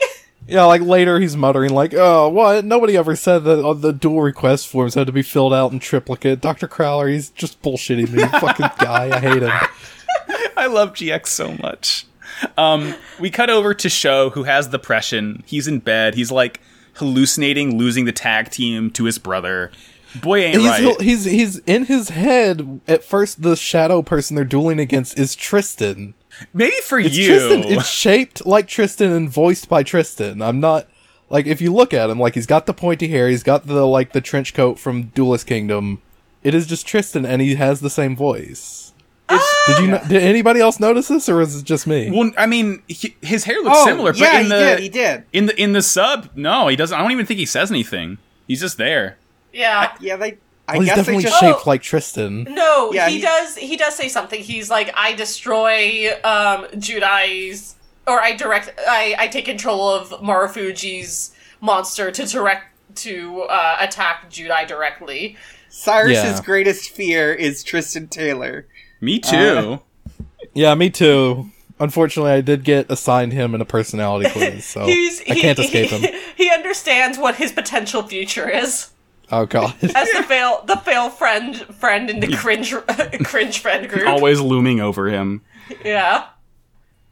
C: yeah, like later he's muttering like, "Oh, what? Nobody ever said that uh, the dual request forms had to be filled out in triplicate." Doctor Crowler, he's just bullshitting me,
B: <laughs>
C: fucking guy. I hate him.
B: I love GX so much. Um, we cut over to Show, who has depression. He's in bed. He's like hallucinating, losing the tag team to his brother. Boy, ain't
C: He's,
B: right.
C: he's he's in his head. At first, the shadow person they're dueling against is Tristan.
B: Maybe for
C: It's
B: you.
C: Tristan. It's shaped like Tristan and voiced by Tristan. I'm not like if you look at him, like he's got the pointy hair, he's got the like the trench coat from Duelist Kingdom. It is just Tristan, and he has the same voice. Did you? no- Did anybody else notice this, or is it just me?
B: well, I mean, he, his hair looks
A: Oh,
B: similar,
A: yeah,
B: but in
A: he
B: the
A: did. He did.
B: in the in the sub, no, he doesn't. I don't even think he says anything. He's just there.
D: Yeah.
A: Yeah, they. I
C: Well, he's
A: guess they
C: definitely
A: just.
D: sh-
C: shaped
D: Oh.
C: like Tristan.
D: No,
A: Yeah,
D: he,
A: he-
D: does he does say something. He's like, "I destroy um Judai's or I direct I I take control of Marufuji's monster to direct to uh, attack Judai directly."
A: Cyrus's
C: Yeah.
A: greatest fear is Tristan Taylor.
B: Me too.
C: Yeah, me too. Unfortunately, I did get assigned him in a personality quiz, so
D: He's,
C: Oh, I
D: he-
C: can't escape
D: he-
C: him.
D: <laughs> He understands what his potential future is
C: Oh god. <laughs>
D: as the fail the fail friend friend in the cringe <laughs> cringe friend
A: Uh,
D: group.
B: Always looming over him.
D: Yeah.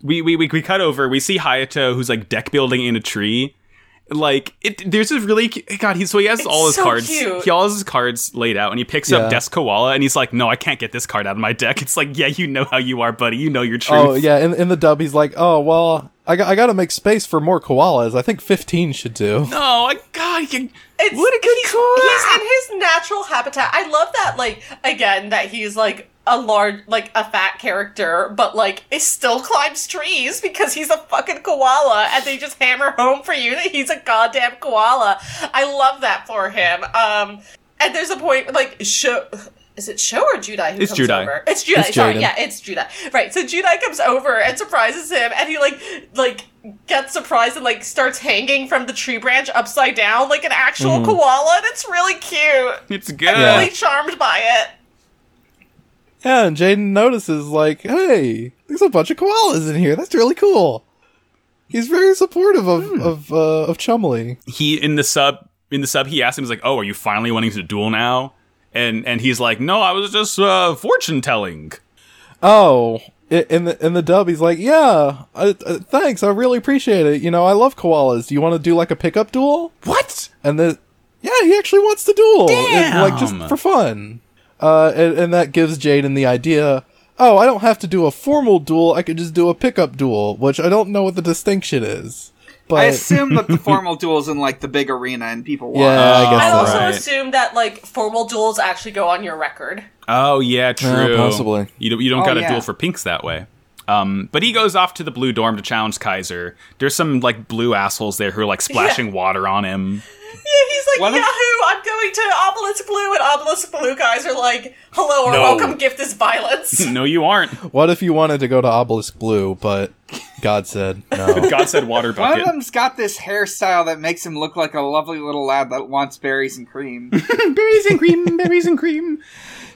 B: we we we, we cut over. We see Hayato who's like deck building in a tree. Like it, there's this really cu- God. He so he has all his
D: so
B: cards.
D: cute.
B: He all has his cards laid out, and he picks
C: Yeah.
B: up Desk Koala, and he's like, "No, I can't get this card out of my deck." It's like, yeah, you know how you are, buddy. You know your truth.
C: Oh yeah, in, in the dub, he's like, "Oh well, I got I got to make space for more koalas. I think 15 should do."
B: <laughs> Oh my God! You,
D: It's,
B: what a good
D: he's,
B: card.
D: He's in his natural habitat. I love that, like, again, that he's, like, a large, like, a fat character, but, like, he still climbs trees because he's a fucking koala, and they just hammer home for you that he's a goddamn koala. I love that for him. Um, and there's a point, like, show. Is it Show or Judai who
B: It's
D: comes
B: Judai.
D: over? It's Judai.
C: It's
D: sorry,
C: Jaden.
D: yeah, it's Judai. Right. So Judai comes over and surprises him, and he like like gets surprised and like starts hanging from the tree branch upside down like an actual koala, and it's really cute.
B: <laughs> It's good.
D: I'm
C: Yeah.
D: really charmed by it.
C: Yeah, and Jaden notices, like, hey, there's a bunch of koalas in here. That's really cool. He's very supportive of of uh, of Chumley.
B: He in the sub in the sub he asks him he's like, "Oh, are you finally wanting to duel now?" And and he's like, "No, I was just uh, fortune telling."
C: Oh, i- in the in the dub, he's like, yeah, uh, uh, thanks, I really appreciate it. You know, I love koalas. Do you want to do like a pickup duel?
B: What?
C: And the yeah, he actually wants to duel, It- like just
B: Damn.
C: for fun. Uh, and, and that gives Jaden the idea. Oh, I don't have to do a formal duel. I could just do a pickup duel, which I don't know what the distinction is. But
A: I assume
C: <laughs>
A: that the formal duel's in like the big arena and people watch.
C: Yeah, I guess
D: I
C: That's
D: also
B: right.
D: assume that like formal duels actually go on your record.
B: Oh yeah, true.
C: Eh, possibly.
B: You don't, you don't
A: Oh,
B: got to
A: yeah.
B: duel for pinks that way. Um, but he goes off to the blue dorm to challenge Kaiser. There's some like blue assholes there who are like splashing water on him. <laughs>
D: Yeah, he's like,
A: One of-
D: Yahoo! I'm going to Obelisk Blue, and Obelisk Blue guys are like, hello, our
B: No.
D: welcome gift is violence.
B: No, you aren't.
C: What if you wanted to go to Obelisk Blue, but God said
B: <laughs>
C: no?
B: God said water
A: One of
B: bucket.
A: them's got this hairstyle that makes him look like a lovely little lad that wants berries and cream.
B: berries and cream, berries and cream.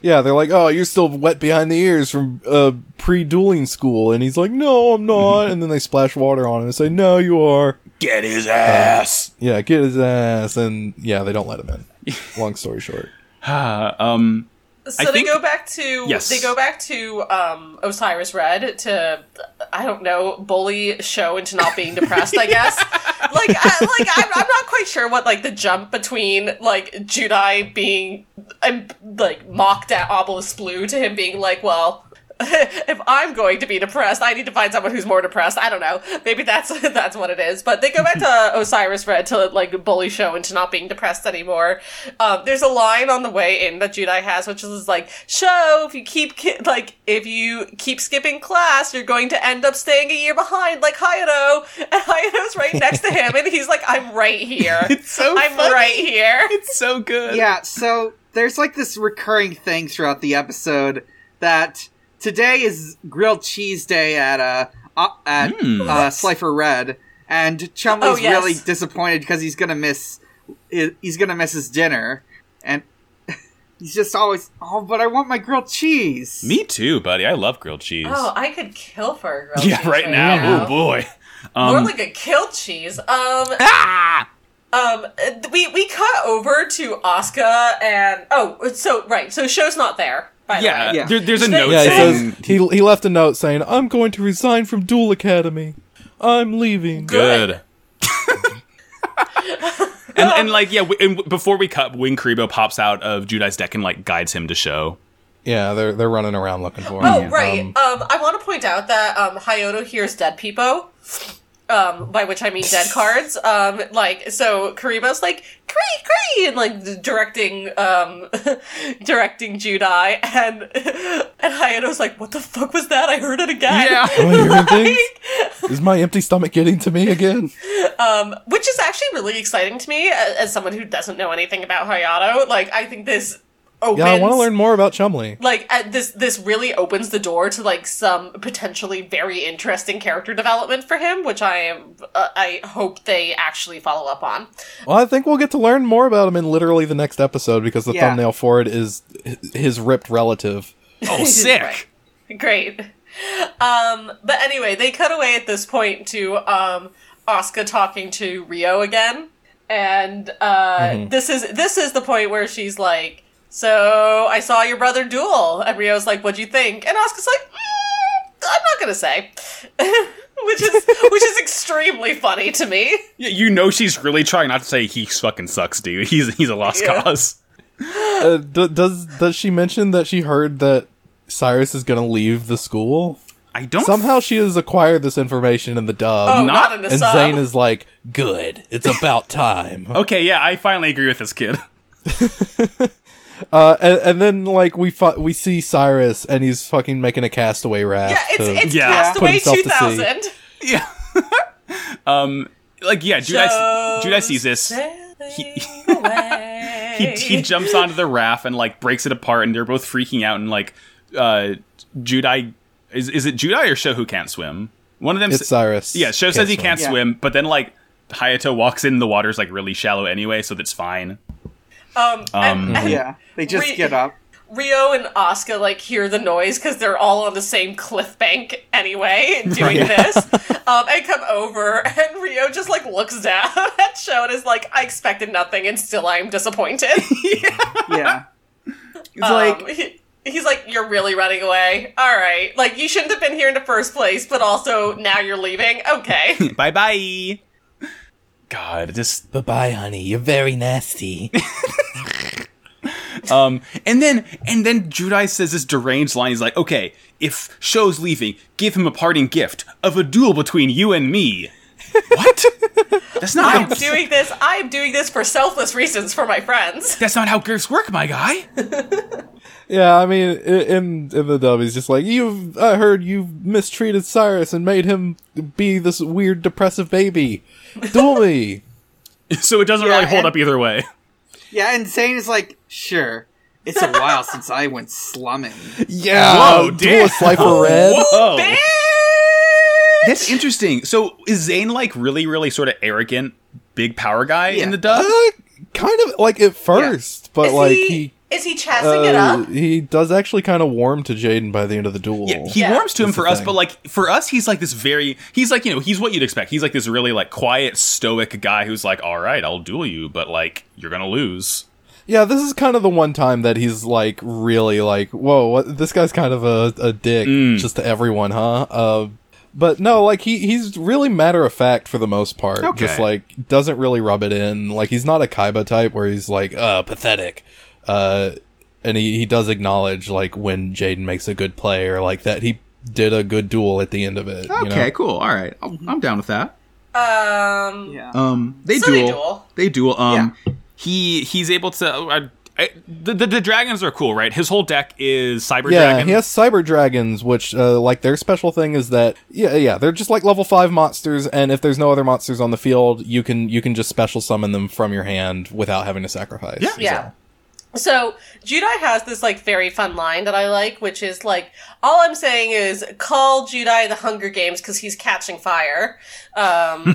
C: Yeah, they're like, "Oh, you're still wet behind the ears from uh, pre-dueling school," and he's like, "No, I'm not." and then they splash water on him and say, "No, you are."
B: Mm-hmm.
C: Uh,
B: Get his ass.
C: Yeah, get his ass, and yeah, they don't let him
B: <laughs>
C: in. Long story short,
B: Ah, um,
D: So
B: I
D: they
B: think-
D: go back to
B: Yes.
D: they go back to um, Osiris Red to I don't know bully show into not being depressed.
B: <laughs>
D: I guess like I, like I'm, I'm not quite sure what like the jump between like Judai being um, like mocked at Obelisk Blue to him being like well. <laughs> if I'm going to be depressed, I need to find someone who's more depressed. I don't know. Maybe that's <laughs> that's what it is. But they go
B: <laughs>
D: back to Osiris Red to like bully show into not being depressed anymore. Um, there's a line on the way in that Judai has, which is like, "Show if you keep ki- like if you keep skipping class, you're going to end up staying a year behind, like Hayato." And Hayato's right next to him, and he's like, "I'm right here.
B: <laughs> it's so
D: I'm
B: funny.
D: right here."
B: It's so good.
A: Yeah, so there's like this recurring thing throughout the episode that today is grilled cheese day at uh, uh at uh, Slifer Red, and Chumley's
D: Oh, yes.
A: really disappointed because he's gonna miss he- he's gonna miss his dinner, and <laughs> he's just always oh, but I want my grilled cheese.
B: Me too, buddy. I love grilled cheese.
D: Oh, I could kill for a grilled
B: <laughs> yeah,
D: cheese
B: right now. Oh boy.
D: More
B: Um,
D: like a kill cheese. Um,
B: ah!
D: um, we we cut over to Asuka and oh, so right, so show's not there. By the
B: Yeah,
D: way.
A: Yeah.
B: There, there's a
D: They-
B: note
C: yeah, he
B: saying,
C: says he he left a note saying, "I'm going to resign from Duel Academy. I'm leaving."
B: good. and, and like yeah, w- and w- before we cut, Wing Karibo pops out of Judai's deck and like guides him to show.
C: Yeah, they're they're running around looking for
D: Oh
C: him.
D: right.
C: Um,
D: Um, I want to point out that um, Hayoto hears dead people, um, by which I mean
C: <laughs>
D: dead cards. Um, like so, Karibo's like cree cree and like directing um, <laughs> directing Judai, and <laughs> and Hayoto's like, what the fuck was that? I heard it again.
C: <laughs> am I hearing things? Is my empty stomach getting to me again?
D: Um, <laughs> which is actually really exciting to me as, as someone who doesn't know anything about Hayato. Like, I think this opens.
C: Yeah, I want to learn more about Chumley.
D: Like uh, this, this really opens the door to like some potentially very interesting character development for him, which I am. Uh, I hope they actually follow up on.
C: Well, I think we'll get to learn more about him in literally the next episode because the
A: Yeah.
C: thumbnail for it is h- his ripped relative.
D: <laughs>
B: Oh, sick.
D: Great. Um, but anyway, they cut away at this point to um, Asuka talking to Rio again, and uh, this is this is the point where she's like, "So I saw your brother duel," and Rio's like, "What'd you think?" And Asuka's like, "Mm, "I'm not gonna say," which is which is extremely funny to me.
B: Yeah, you know she's really trying not to say he fucking sucks, dude. <laughs> He's he's a lost
D: Yeah.
B: cause.
C: Uh, d- does does she mention that she heard that Cyrus is going to leave the school?
B: I don't
C: Somehow she has acquired this information in the dub,
D: Oh, not,
B: Not-
D: in the
C: and
D: sub.
C: Zane is like, "Good,
D: <laughs>
C: it's about time."
B: Okay, yeah, I finally agree with this kid. <laughs>
C: Uh, and, and then like we fu- we see Cyrus, and he's fucking making a castaway raft.
D: yeah, it's
C: to-
D: it's
B: Yeah.
D: Castaway
C: Put himself to sea.
D: 2000.
B: Yeah. um, like yeah, Judai, Judai sees this. He he jumps onto the raft and like breaks it apart, and they're both freaking out. And like, uh, Judai is is it Judai or Sho who can't swim? One of them.
C: it's uh,
B: sa-
C: Cyrus.
B: yeah, Sho says he
C: swim.
B: can't
A: Yeah.
B: swim, but then like Hayato walks in. The water's like really shallow anyway, so that's fine.
D: um, and- and-
A: Yeah, they just
D: Re-
A: get
D: <laughs>
A: up.
D: Rio and Asuka like hear the noise because they're all on the same cliff bank anyway, <laughs>
C: <laughs>
D: doing this. um, and come over, and Rio just like looks down <laughs> at Sho and is like, "I expected nothing, and still I'm disappointed."
C: <laughs>
A: Yeah,
B: It's
D: Um, he- he's like, "You're really running away. All right, like you shouldn't have been here in the first place, but also now you're leaving.
C: <laughs>
D: Okay."
B: bye bye. God, just
C: Bye bye, honey. You're very nasty.
B: <laughs> Um, and then and then Judai says this deranged line. He's like, "Okay, if Show's leaving, give him a parting gift of a duel between you and me." <laughs> What? that's not
D: I'm
B: how,
D: doing this. I'm doing this for selfless reasons for my friends.
B: that's not how gifts work, my guy.
C: yeah, I mean, i- in in the dub, he's just like, "You've I heard you've mistreated Cyrus and made him be this weird
B: <laughs>
C: depressive baby. Duel me."
B: <laughs> so it doesn't really
A: Yeah,
B: hold
A: and-
B: up either <laughs> way.
A: yeah, and Zane is like, sure. It's a while since I went
D: <laughs>
A: slumming.
C: Yeah.
B: Whoa,
C: duel
B: damn.
C: a Slifer Red.
D: Oh,
B: Whoa.
D: Bitch!
B: Oh, That's interesting. So is Zane like really, really sort of arrogant, big power guy
A: Yeah.
B: in the dub?
C: Uh, kind of like at first, but
D: Is
C: like
D: he-
C: he uh, Oh.
D: Is he chasing it up?
C: He does actually kind of warm to Jaden by the end of the duel.
B: Yeah, he
D: Yeah.
B: warms to him
C: That's the
B: for us,
C: thing.
B: but like for us, he's like this very he's like, you know, he's what you'd expect. He's like this really like quiet, stoic guy who's like, All right, I'll duel you, but like you're gonna lose.
C: Yeah, this is kind of the one time that he's like really like, whoa, what, this guy's kind of a, a dick just to everyone, huh? Uh, but no, like he he's really matter of fact for the most part.
B: Okay.
C: Just like doesn't really rub it in. Like he's not a Kaiba type where he's like, uh, pathetic. Uh, and he, he does acknowledge like when Jaden makes a good play or like that he did a good duel at the end of it. you know?
B: cool. All right. I'm down with that.
D: Um,
A: Yeah.
B: Um, they
D: So
B: duel.
D: they
B: They duel.
D: duel.
B: Um, he he's able to. Uh, I, the, the the dragons are cool, right? His whole deck is cyber
C: yeah,
B: dragon.
C: he has cyber dragons, which uh, like their special thing is that yeah, yeah, they're just like level five monsters, and if there's no other monsters on the field, you can you can just special summon them from your hand without having to sacrifice.
B: Yeah.
D: Yeah. So Judai has this like very fun line that I like, which is like, all I'm saying is call Judai the Hunger Games because he's catching fire.
B: <laughs>
D: Um,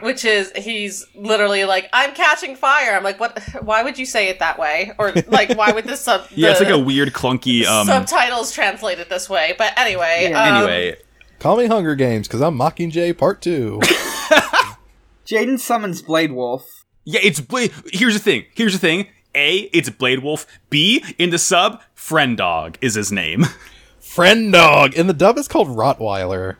D: which is he's literally like, I'm catching fire. I'm like, what? Why would you say it that way? Or like, why would this sub?
B: <laughs> yeah, it's
D: the
B: like a weird clunky. Um,
D: subtitles translate it this way? But anyway,
A: Yeah.
D: um,
B: anyway,
C: Call me Hunger Games because I'm Mockingjay Part Two. <laughs>
A: Jaden summons Blade Wolf.
B: yeah, it's blade. Here's the thing. Here's the thing. A, it's Blade Wolf. B, in the sub, Friend Dog is his name.
C: Friend dog, and the dub is called Rottweiler.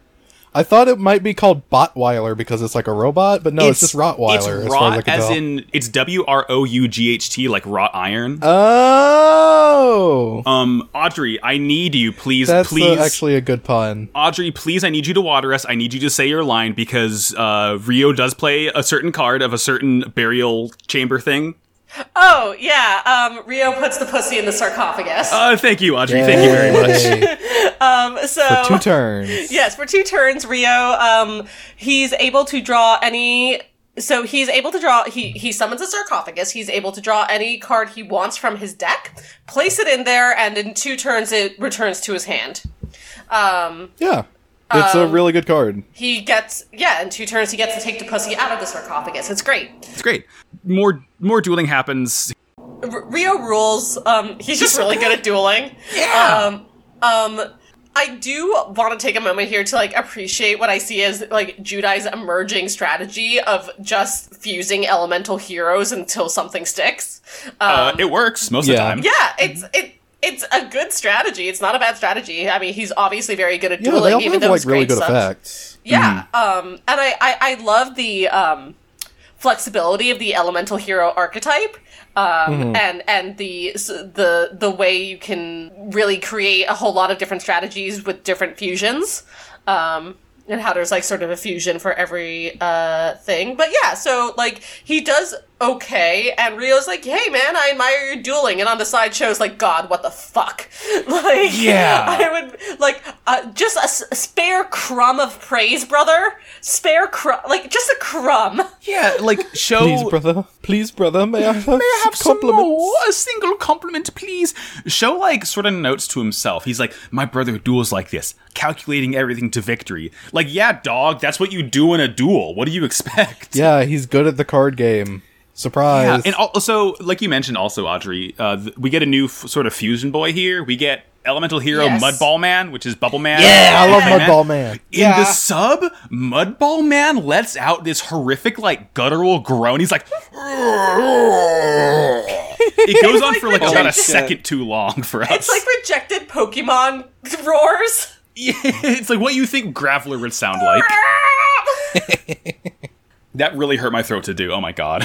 C: I thought it might be called Botweiler because it's like a robot, but no, Oh, it's, just
B: <laughs>
C: Rottweiler.
B: It's
C: as, far
B: rot
C: as, I
B: as,
C: can tell.
B: in it's W R O U G H T, like wrought iron.
C: oh,
B: um, Audrey, I need you, please,
C: that's uh,
B: please.
C: actually a good pun.
B: Audrey, please, I need you to water us. I need you to say your line because uh, Rio does play a certain card of a certain burial chamber thing.
D: oh yeah, um, Rio puts the pussy in the sarcophagus.
B: Uh, thank you, Audrey. Thank you very much.
C: very much.
D: um, so
B: <laughs>
C: Two turns.
D: Yes, for two turns, Rio. Um, he's able to draw any. So he's able to draw. He he summons a sarcophagus. He's able to draw any card he wants from his deck, place it in there, and in two turns it returns to his hand. Um,
C: Yeah. It's
B: Um,
C: a really good card.
D: he gets yeah. In two turns, he gets to take the pussy out of the sarcophagus. It's great.
B: It's great. More more dueling happens.
D: R- Rio rules. Um, he's just really good at
C: <laughs>
D: dueling. Yeah. Um, um, I do want to take a moment here to like appreciate what I see as like Judai's emerging strategy of just fusing elemental heroes until something sticks.
B: Uh,
D: Um,
B: it works most
C: yeah.
B: of the time.
D: yeah, it's it. It's a good strategy. It's not a bad strategy. I mean, he's obviously very good at
C: Yeah,
D: dueling,
C: they all
D: even
C: have
D: though
C: like
D: his
C: really
D: grades
C: good
D: suck.
C: effects.
D: Yeah. Um, and I, I, I love the um, flexibility of the elemental hero archetype. Um, and and the s- the the way you can really create a whole lot of different strategies with different fusions, um, and how there's like sort of a fusion for every uh, thing. But yeah, so like he does okay, and Rio's like, "Hey man, I admire your dueling," and on the side shows like, "God, what the fuck?" <laughs> like,
B: Yeah.
D: I I would like uh, just a s- spare crumb of praise, brother. Spare crumb, like just a crumb.
B: Yeah, like show.
C: Please,
D: Oh,
C: brother. Please, brother. May I have,
B: May I have
C: some
B: some more?
C: compliments?
B: A single compliment, please. Show like sort of notes to himself. He's like, my brother duels like this, calculating everything to victory. Like, yeah, dog, that's what you do in a duel. What do you expect?
C: Yeah, he's good at the card game.
B: Yeah,
C: Surprise.
B: and also, like you mentioned, also Audrey, uh, th- we get a new f- sort of fusion boy here. We get Elemental Hero
D: Yes.
B: Mudball Man, which is Bubble Man.
C: yeah, I love
B: Mud
C: Mudball Man.
B: In
A: Yeah.
B: the sub, Mudball Man lets out this horrific, like guttural groan. He's like, it goes on for like
A: Holy
B: about a
A: shit.
B: second too long for us.
D: It's like rejected Pokemon <laughs> roars.
B: <laughs> Yeah, it's like what you think Graveler would sound like.
D: Ah!
B: That really hurt my throat to do. Oh my god.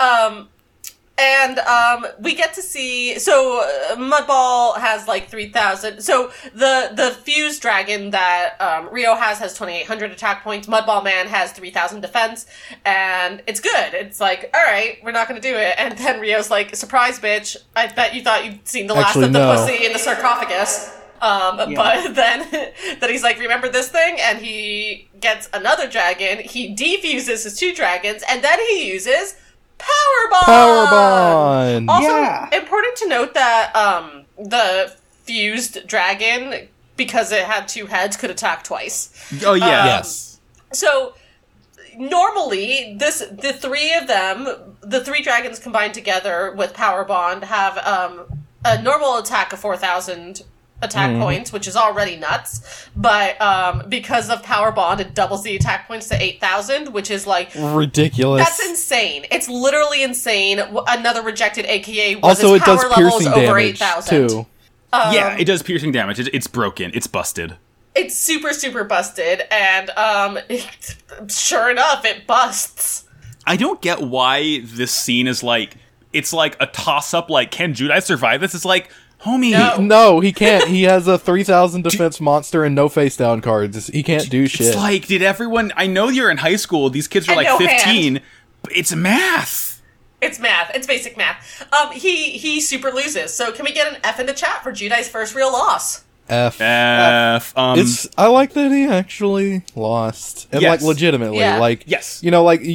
D: And um, we get to see. So uh, Mudball has like three thousand. So the the fused dragon that um, Rio has has twenty eight hundred attack points. Mudball Man has three thousand defense, and it's good. It's like, all right, we're not going to do it. And then Rio's like, surprise, bitch! I bet you thought you'd seen the last
C: Actually,
D: of the
C: no.
D: pussy in the sarcophagus. Um, But <laughs> then, then he's like, remember this thing? And he gets another dragon. He defuses his two dragons, and then he uses Power Bomb.
C: Powerbond.
D: Also,
A: Yeah.
D: important to note that um, the fused dragon, because it had two heads, could attack twice.
B: <laughs> Oh yeah.
C: yes.
D: So normally, this the three of them, the three dragons combined together with Power Bond, have um, a normal attack of 4,000 attack points, which is already nuts. But um, because of Power Bond, it doubles the attack points to 8,000, which is like.
C: Ridiculous.
D: That's insane. It's literally insane. W- Another rejected AKA was
C: also,
D: its
C: it
D: power
C: does
D: level is
C: piercing
D: over
C: damage
D: 8,000.
C: too.
B: yeah, it does piercing damage. It, it's broken. It's busted.
D: It's super, super busted, and um, <laughs> sure enough, it busts.
B: I don't get why this scene is like it's like a toss up. Like, can Judai survive this? It's like, homie,
D: No.
C: No, he can't. He has a three <laughs> thousand defense monster and no face down cards. He can't do shit.
B: it's like, did everyone? I know you're in high school. These kids are
D: And
B: like
D: no
B: 15. But it's math.
D: It's math. It's basic math. Um, he he super loses. So can we get an F in the chat for Judai's first real loss?
C: F.
B: F. Um,
C: It's. I like that he actually lost, and
B: Yes.
C: like legitimately,
D: Yeah.
C: like
B: Yes.
C: you know, like y- y-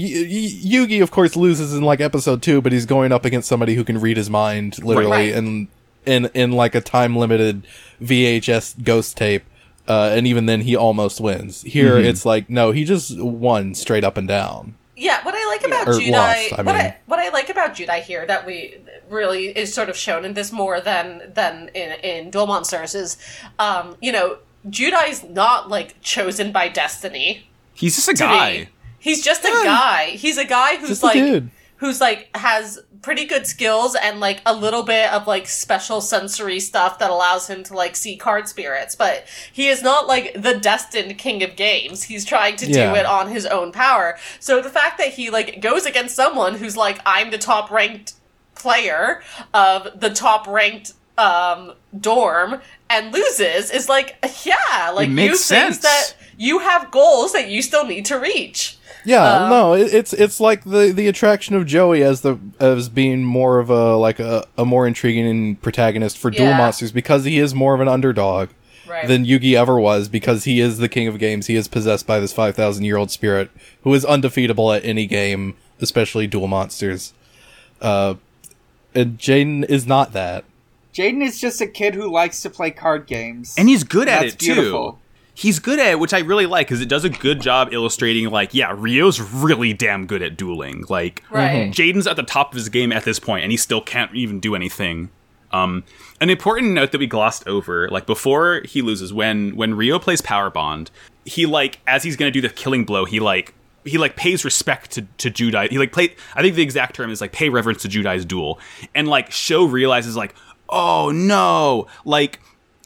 C: Yugi, of course, loses in like episode two, but he's going up against somebody who can read his mind literally,
D: Right.
C: and in in like a time limited VHS ghost tape, uh, and even then, he almost wins. Here,
B: Mm-hmm.
C: it's like no, he just won straight up and down.
D: Yeah, what I like about
C: Or
D: Judai,
C: lost, I
D: what
C: mean.
D: I what I like about Judai here that we really is sort of shown in this more than than in in Duel Monsters is, um, you know, Judai's not like chosen by destiny.
B: he's just a
D: to be.
B: guy.
D: He's just a guy. He's a guy who's
C: Just a
D: like
C: dude.
D: who's like has pretty good skills and like a little bit of like special sensory stuff that allows him to like see card spirits, but he is not like the destined king of games. He's trying to
C: Yeah.
D: do it on his own power. So the fact that he like goes against someone who's like I'm the top ranked player of the top ranked um dorm and loses is like yeah, like
B: makes
D: you
B: sense.
D: think that you have goals that you still need to reach.
C: Yeah,
D: Oh.
C: no, it, it's it's like the the attraction of Joey as the as being more of a like a, a more intriguing protagonist for Duel
D: Yeah.
C: Monsters because he is more of an underdog
D: Right.
C: than Yugi ever was because he is the king of games. He is possessed by this five thousand year old spirit who is undefeatable at any game, especially Duel Monsters. Uh, and Jaden is not that.
A: Jaden is just a kid who likes to play card games.
B: and he's good at
A: That's
B: it too.
A: beautiful.
B: He's good at it, which I really like because it does a good job illustrating. Like, yeah, Rio's really damn good at dueling. Like,
D: Right.
B: Jaden's at the top of his game at this point, and he still can't even do anything. Um, an important note that we glossed over, like before he loses, when when Rio plays Power Bond, he like as he's gonna do the killing blow, he like he like pays respect to to Judai. He like play. I think the exact term is like pay reverence to Judai's duel, and like Sho realizes like, oh no, like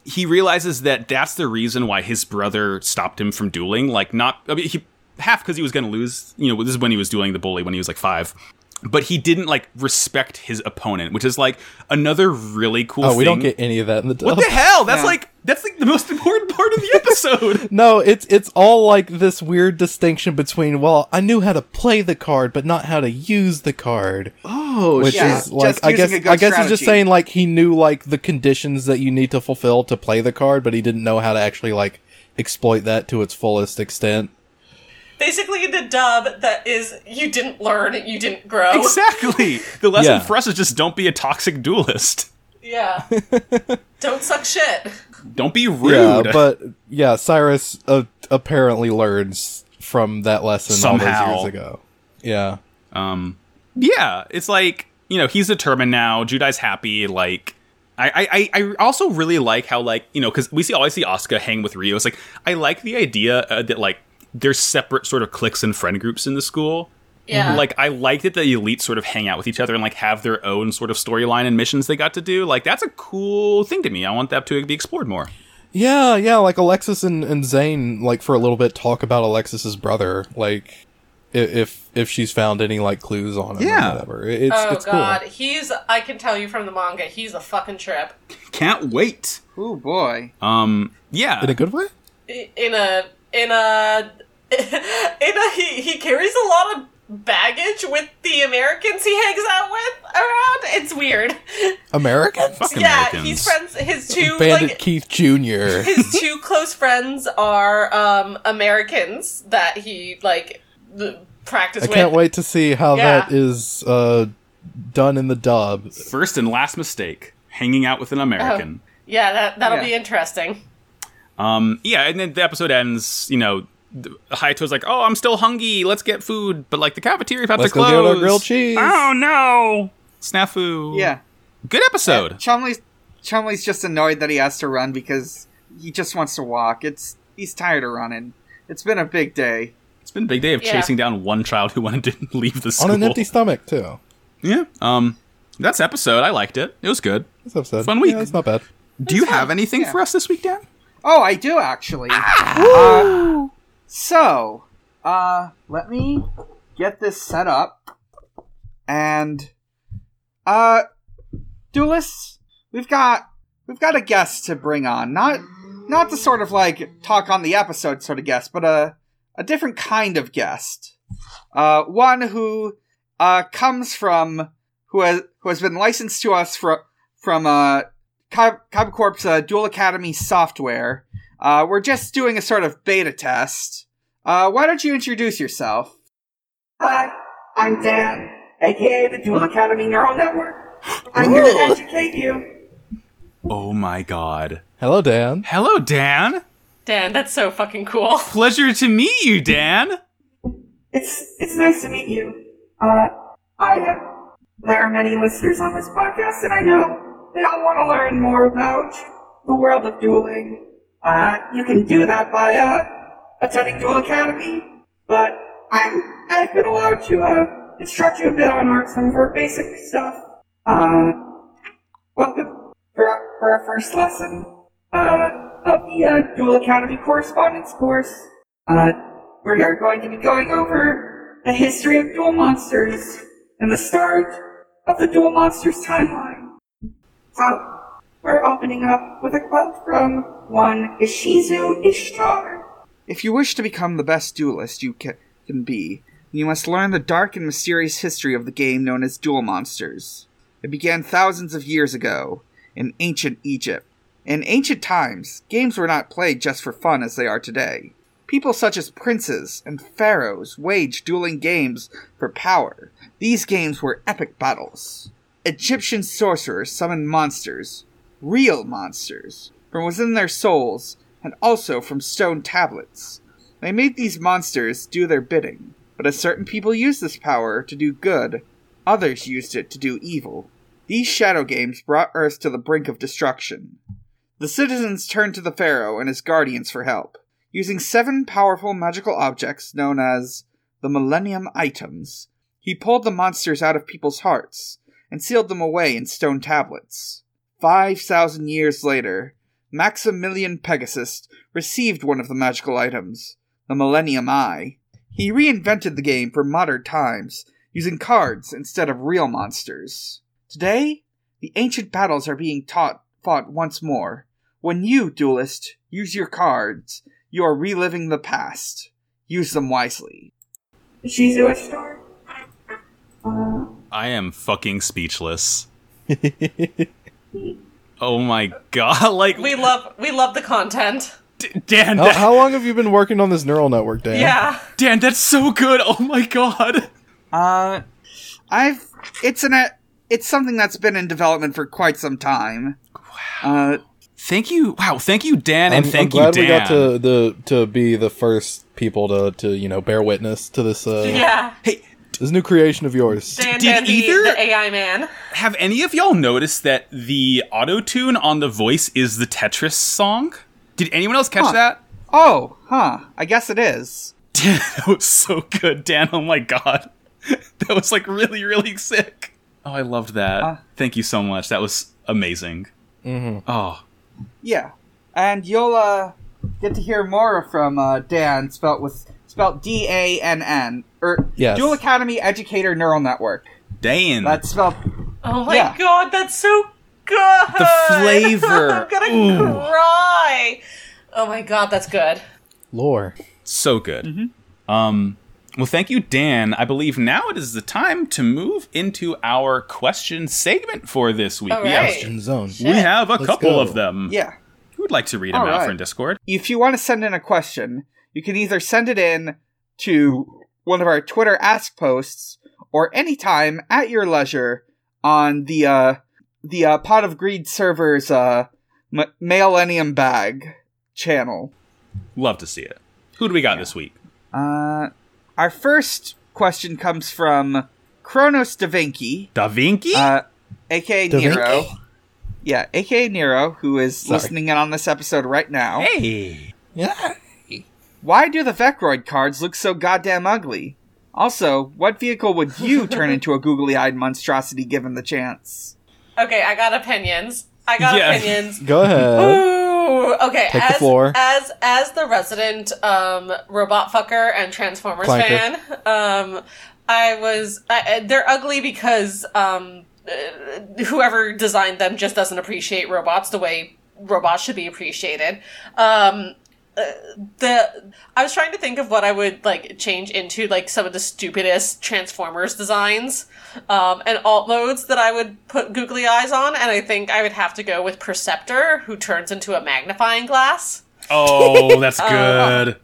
B: he realizes that that's the reason why his brother stopped him from dueling. Like, not I mean, he half because he was going to lose. You know, this is when he was dueling the bully when he was like five, but he didn't like respect his opponent, which is like another really cool.
C: Oh, we don't
B: thing.
C: get any of that in the
B: what the
C: <laughs>
B: hell. That's
A: Yeah.
B: like that's like the most important part of the
C: <laughs>
B: episode.
C: No, it's it's all like this weird distinction between well, I knew how to play the card, but not how to use the card. Oh, which
A: yeah.
C: is like
A: Just
C: I
A: using
C: guess
A: a good
C: I guess he's just
A: strategy.
C: saying like he knew like the conditions that you need to fulfill to play the card, but he didn't know how to actually like exploit that to its fullest extent.
D: Basically, the dub that is you didn't learn, you didn't grow.
B: exactly. The lesson
C: Yeah.
B: for us is just don't be a toxic duelist. <laughs>
D: Yeah. Don't suck shit.
B: Don't be rude.
C: Yeah, but yeah, Cyrus uh, apparently learns from that lesson all
B: Somehow.
C: those years ago. Yeah.
B: Um, yeah, it's like you know he's determined now. Judai's happy. Like I, I, I I also really like how like you know because we see always see Asuka hang with Rio. It's like I like the idea uh, that like there's separate sort of cliques and friend groups in the school.
D: Yeah.
B: Like I like that the elite sort of hang out with each other and like have their own sort of storyline and missions they got to do. Like that's a cool thing to me. I want that to be explored more.
C: Yeah, yeah, like Alexis and, and Zane, like for a little bit, talk about Alexis's brother, like i- if if she's found any like clues on him,
B: Yeah.
C: or whatever. It- It's
D: oh
C: it's
D: god,
C: cool.
D: he's I can tell you from the manga, he's a fucking trip.
B: Can't wait.
A: Oh boy.
B: Um. Yeah.
C: In a good way.
D: I- In a in a <laughs> in a he, he carries a lot of baggage with the Americans he hangs out with around. It's weird. <laughs>
C: American
B: Fuck
D: Yeah,
B: Americans.
D: he's friends his two
C: Bandit
D: like
C: Keith
D: <laughs>
C: Jr.
D: his two close friends are um, Americans that he like th- practice
C: I
D: with.
C: can't wait to see how that
D: Yeah.
C: is uh, done in the dub.
B: First and last mistake: hanging out with an American.
D: Oh. Yeah, that that'll
A: Yeah.
D: be interesting.
B: Um, yeah, and then the episode ends. You know, th- Hayato's like, "Oh, I'm still hungry. Let's get food." But like the cafeteria about
C: Let's
B: to
C: go
B: close. Ah,
C: get our grilled cheese.
B: Oh no, snafu.
A: Yeah.
B: good episode.
A: Chumley's Chumley's just annoyed that he has to run because he just wants to walk. It's he's tired of running. It's been a big day.
B: It's been a big day of
D: Yeah.
B: chasing down one child who wanted to <laughs> leave the school.
C: on an empty stomach too.
B: yeah. Um, that's episode. I liked it. It was good.
C: That's upset.
B: Fun week.
C: Yeah, it's not bad.
B: Do you have anything
A: Yeah.
B: for us this week, Dan?
A: Oh, I do actually. Uh, so, uh, let me get this set up and uh, Duelist, we've got we've got a guest to bring on. Not not the sort of like talk on the episode sort of guest, but a a different kind of guest. Uh, one who uh comes from who has who has been licensed to us from from uh Cob, Cob Corp's uh, Dual Academy software. Uh, we're just doing a sort of beta test. Uh, why don't you introduce yourself?
E: Hi, I'm Dan, aka the Dual Academy Neural Network. I'm here to educate you.
B: Oh my god.
C: Hello, Dan.
B: Hello, Dan.
D: Dan, that's so fucking cool.
B: Pleasure to meet you, Dan.
E: It's it's nice to meet you. Uh, I uh, there are many listeners on this podcast, and I know they all want to learn more about the world of dueling. Uh, you can do that by uh, attending Dual Academy, but I'm I've been allowed to uh, instruct you a bit on our, some of our basic stuff. Uh, welcome for our, for our first lesson uh, of the uh, Dual Academy Correspondence course. Uh, we are going to be going over the history of dual monsters and the start of the dual monsters timeline. So, we're opening up with a quote from one Ishizu Ishtar.
A: If you wish to become the best duelist you ca- can be, you must learn the dark and mysterious history of the game known as Duel Monsters. It began thousands of years ago, in ancient Egypt. In ancient times, games were not played just for fun as they are today. People such as princes and pharaohs waged dueling games for power. These games were epic battles. Egyptian sorcerers summoned monsters, real monsters, from within their souls and also from stone tablets. They made these monsters do their bidding, but as certain people used this power to do good, others used it to do evil. These shadow games brought Earth to the brink of destruction. The citizens turned to the Pharaoh and his guardians for help, using seven powerful magical objects known as the Millennium Items. He pulled the monsters out of people's hearts and sealed them away in stone tablets. Five thousand years later, Maximilian Pegasus received one of the magical items, the Millennium Eye. He reinvented the game for modern times, using cards instead of real monsters. Today, the ancient battles are being taught fought once more. When you, duelist, use your cards, you are reliving the past. Use them wisely.
E: Ishizu Ishtar?
B: I am fucking
C: <laughs>
B: speechless. oh my god! <laughs> Like
D: We love we love the content.
B: D- Dan,
C: How,
B: that-
C: how long have you been working on this neural network, Dan?
D: Yeah.
B: Dan, that's so good. Oh my god.
A: Uh, I've it's an it's something that's been in development for quite some time. Uh,
B: Thank you. Wow. Thank you, Dan,
C: I'm,
B: and thank
C: I'm glad
B: you,
C: we
B: Dan.
C: got to the to be the first people to to you know bear witness to this uh,
D: Yeah.
B: hey,
C: this new creation of yours.
D: Dan,
B: Did
D: Dan the-
B: either-
D: the AI man.
B: have any of y'all noticed that the auto tune on the voice is the Tetris song? Did anyone else catch
A: Huh.
B: that? <laughs>
A: oh, huh. I guess it is.
B: Dan, that was so good, Dan. Oh my god, <laughs> that was like really, really sick. Oh, I loved that. Thank you so much. That was amazing. Mm-hmm. Oh,
A: Yeah, and you'll uh, get to hear more from uh, Dan, spelt with spelt D A N N, or
C: Yes.
A: Dual Academy Educator Neural Network.
B: Dan.
A: That's spelled.
D: Oh my
A: Yeah.
D: god, that's so good.
B: The
C: <laughs>
B: flavor.
D: <laughs> I'm gonna
B: Ooh.
D: cry. Oh my god, that's good.
C: Lore.
B: so good. Um, well, thank you, Dan. I believe now it is the time to move into our question segment for this week.
D: All
B: We,
D: right.
B: have,
C: In zone.
B: we have a
C: Let's
B: couple
C: go.
B: of them.
A: Yeah.
B: Who would like to read them
A: All
B: out
A: right.
B: for in Discord?
A: If you want to send in a question, you can either send it in to one of our Twitter Ask posts or anytime at your leisure on the uh, the uh, Pot of Greed server's uh, M- Millennium Bag channel.
B: Love to see it. Who do we got this week?
A: Uh, our first question comes from Kronos Davinci,
B: Da Vinci?
A: uh, aka <laughs>
C: Da Vinci?
A: Nero. Yeah, aka Nero, who is listening in on this episode right now.
B: Hey.
C: Yeah.
A: Why do the Vecroid cards look so goddamn ugly? Also, what vehicle would you turn into a googly eyed monstrosity given the chance?
D: Okay, I got opinions. I got
B: Yeah.
D: opinions.
C: Go
D: <laughs>
C: ahead.
D: Ooh, okay.
C: Take the
D: as,
C: floor.
D: as as the resident um, robot fucker and Transformers
C: Planker.
D: fan, um, I was I, I- they're ugly because um, uh, whoever designed them just doesn't appreciate robots the way robots should be appreciated. Um, uh, the I was trying to think of what I would like change into like some of the stupidest Transformers designs um, and alt modes that I would put googly eyes on, and I think I would have to go with Perceptor, who turns into a magnifying glass.
B: Oh, that's good.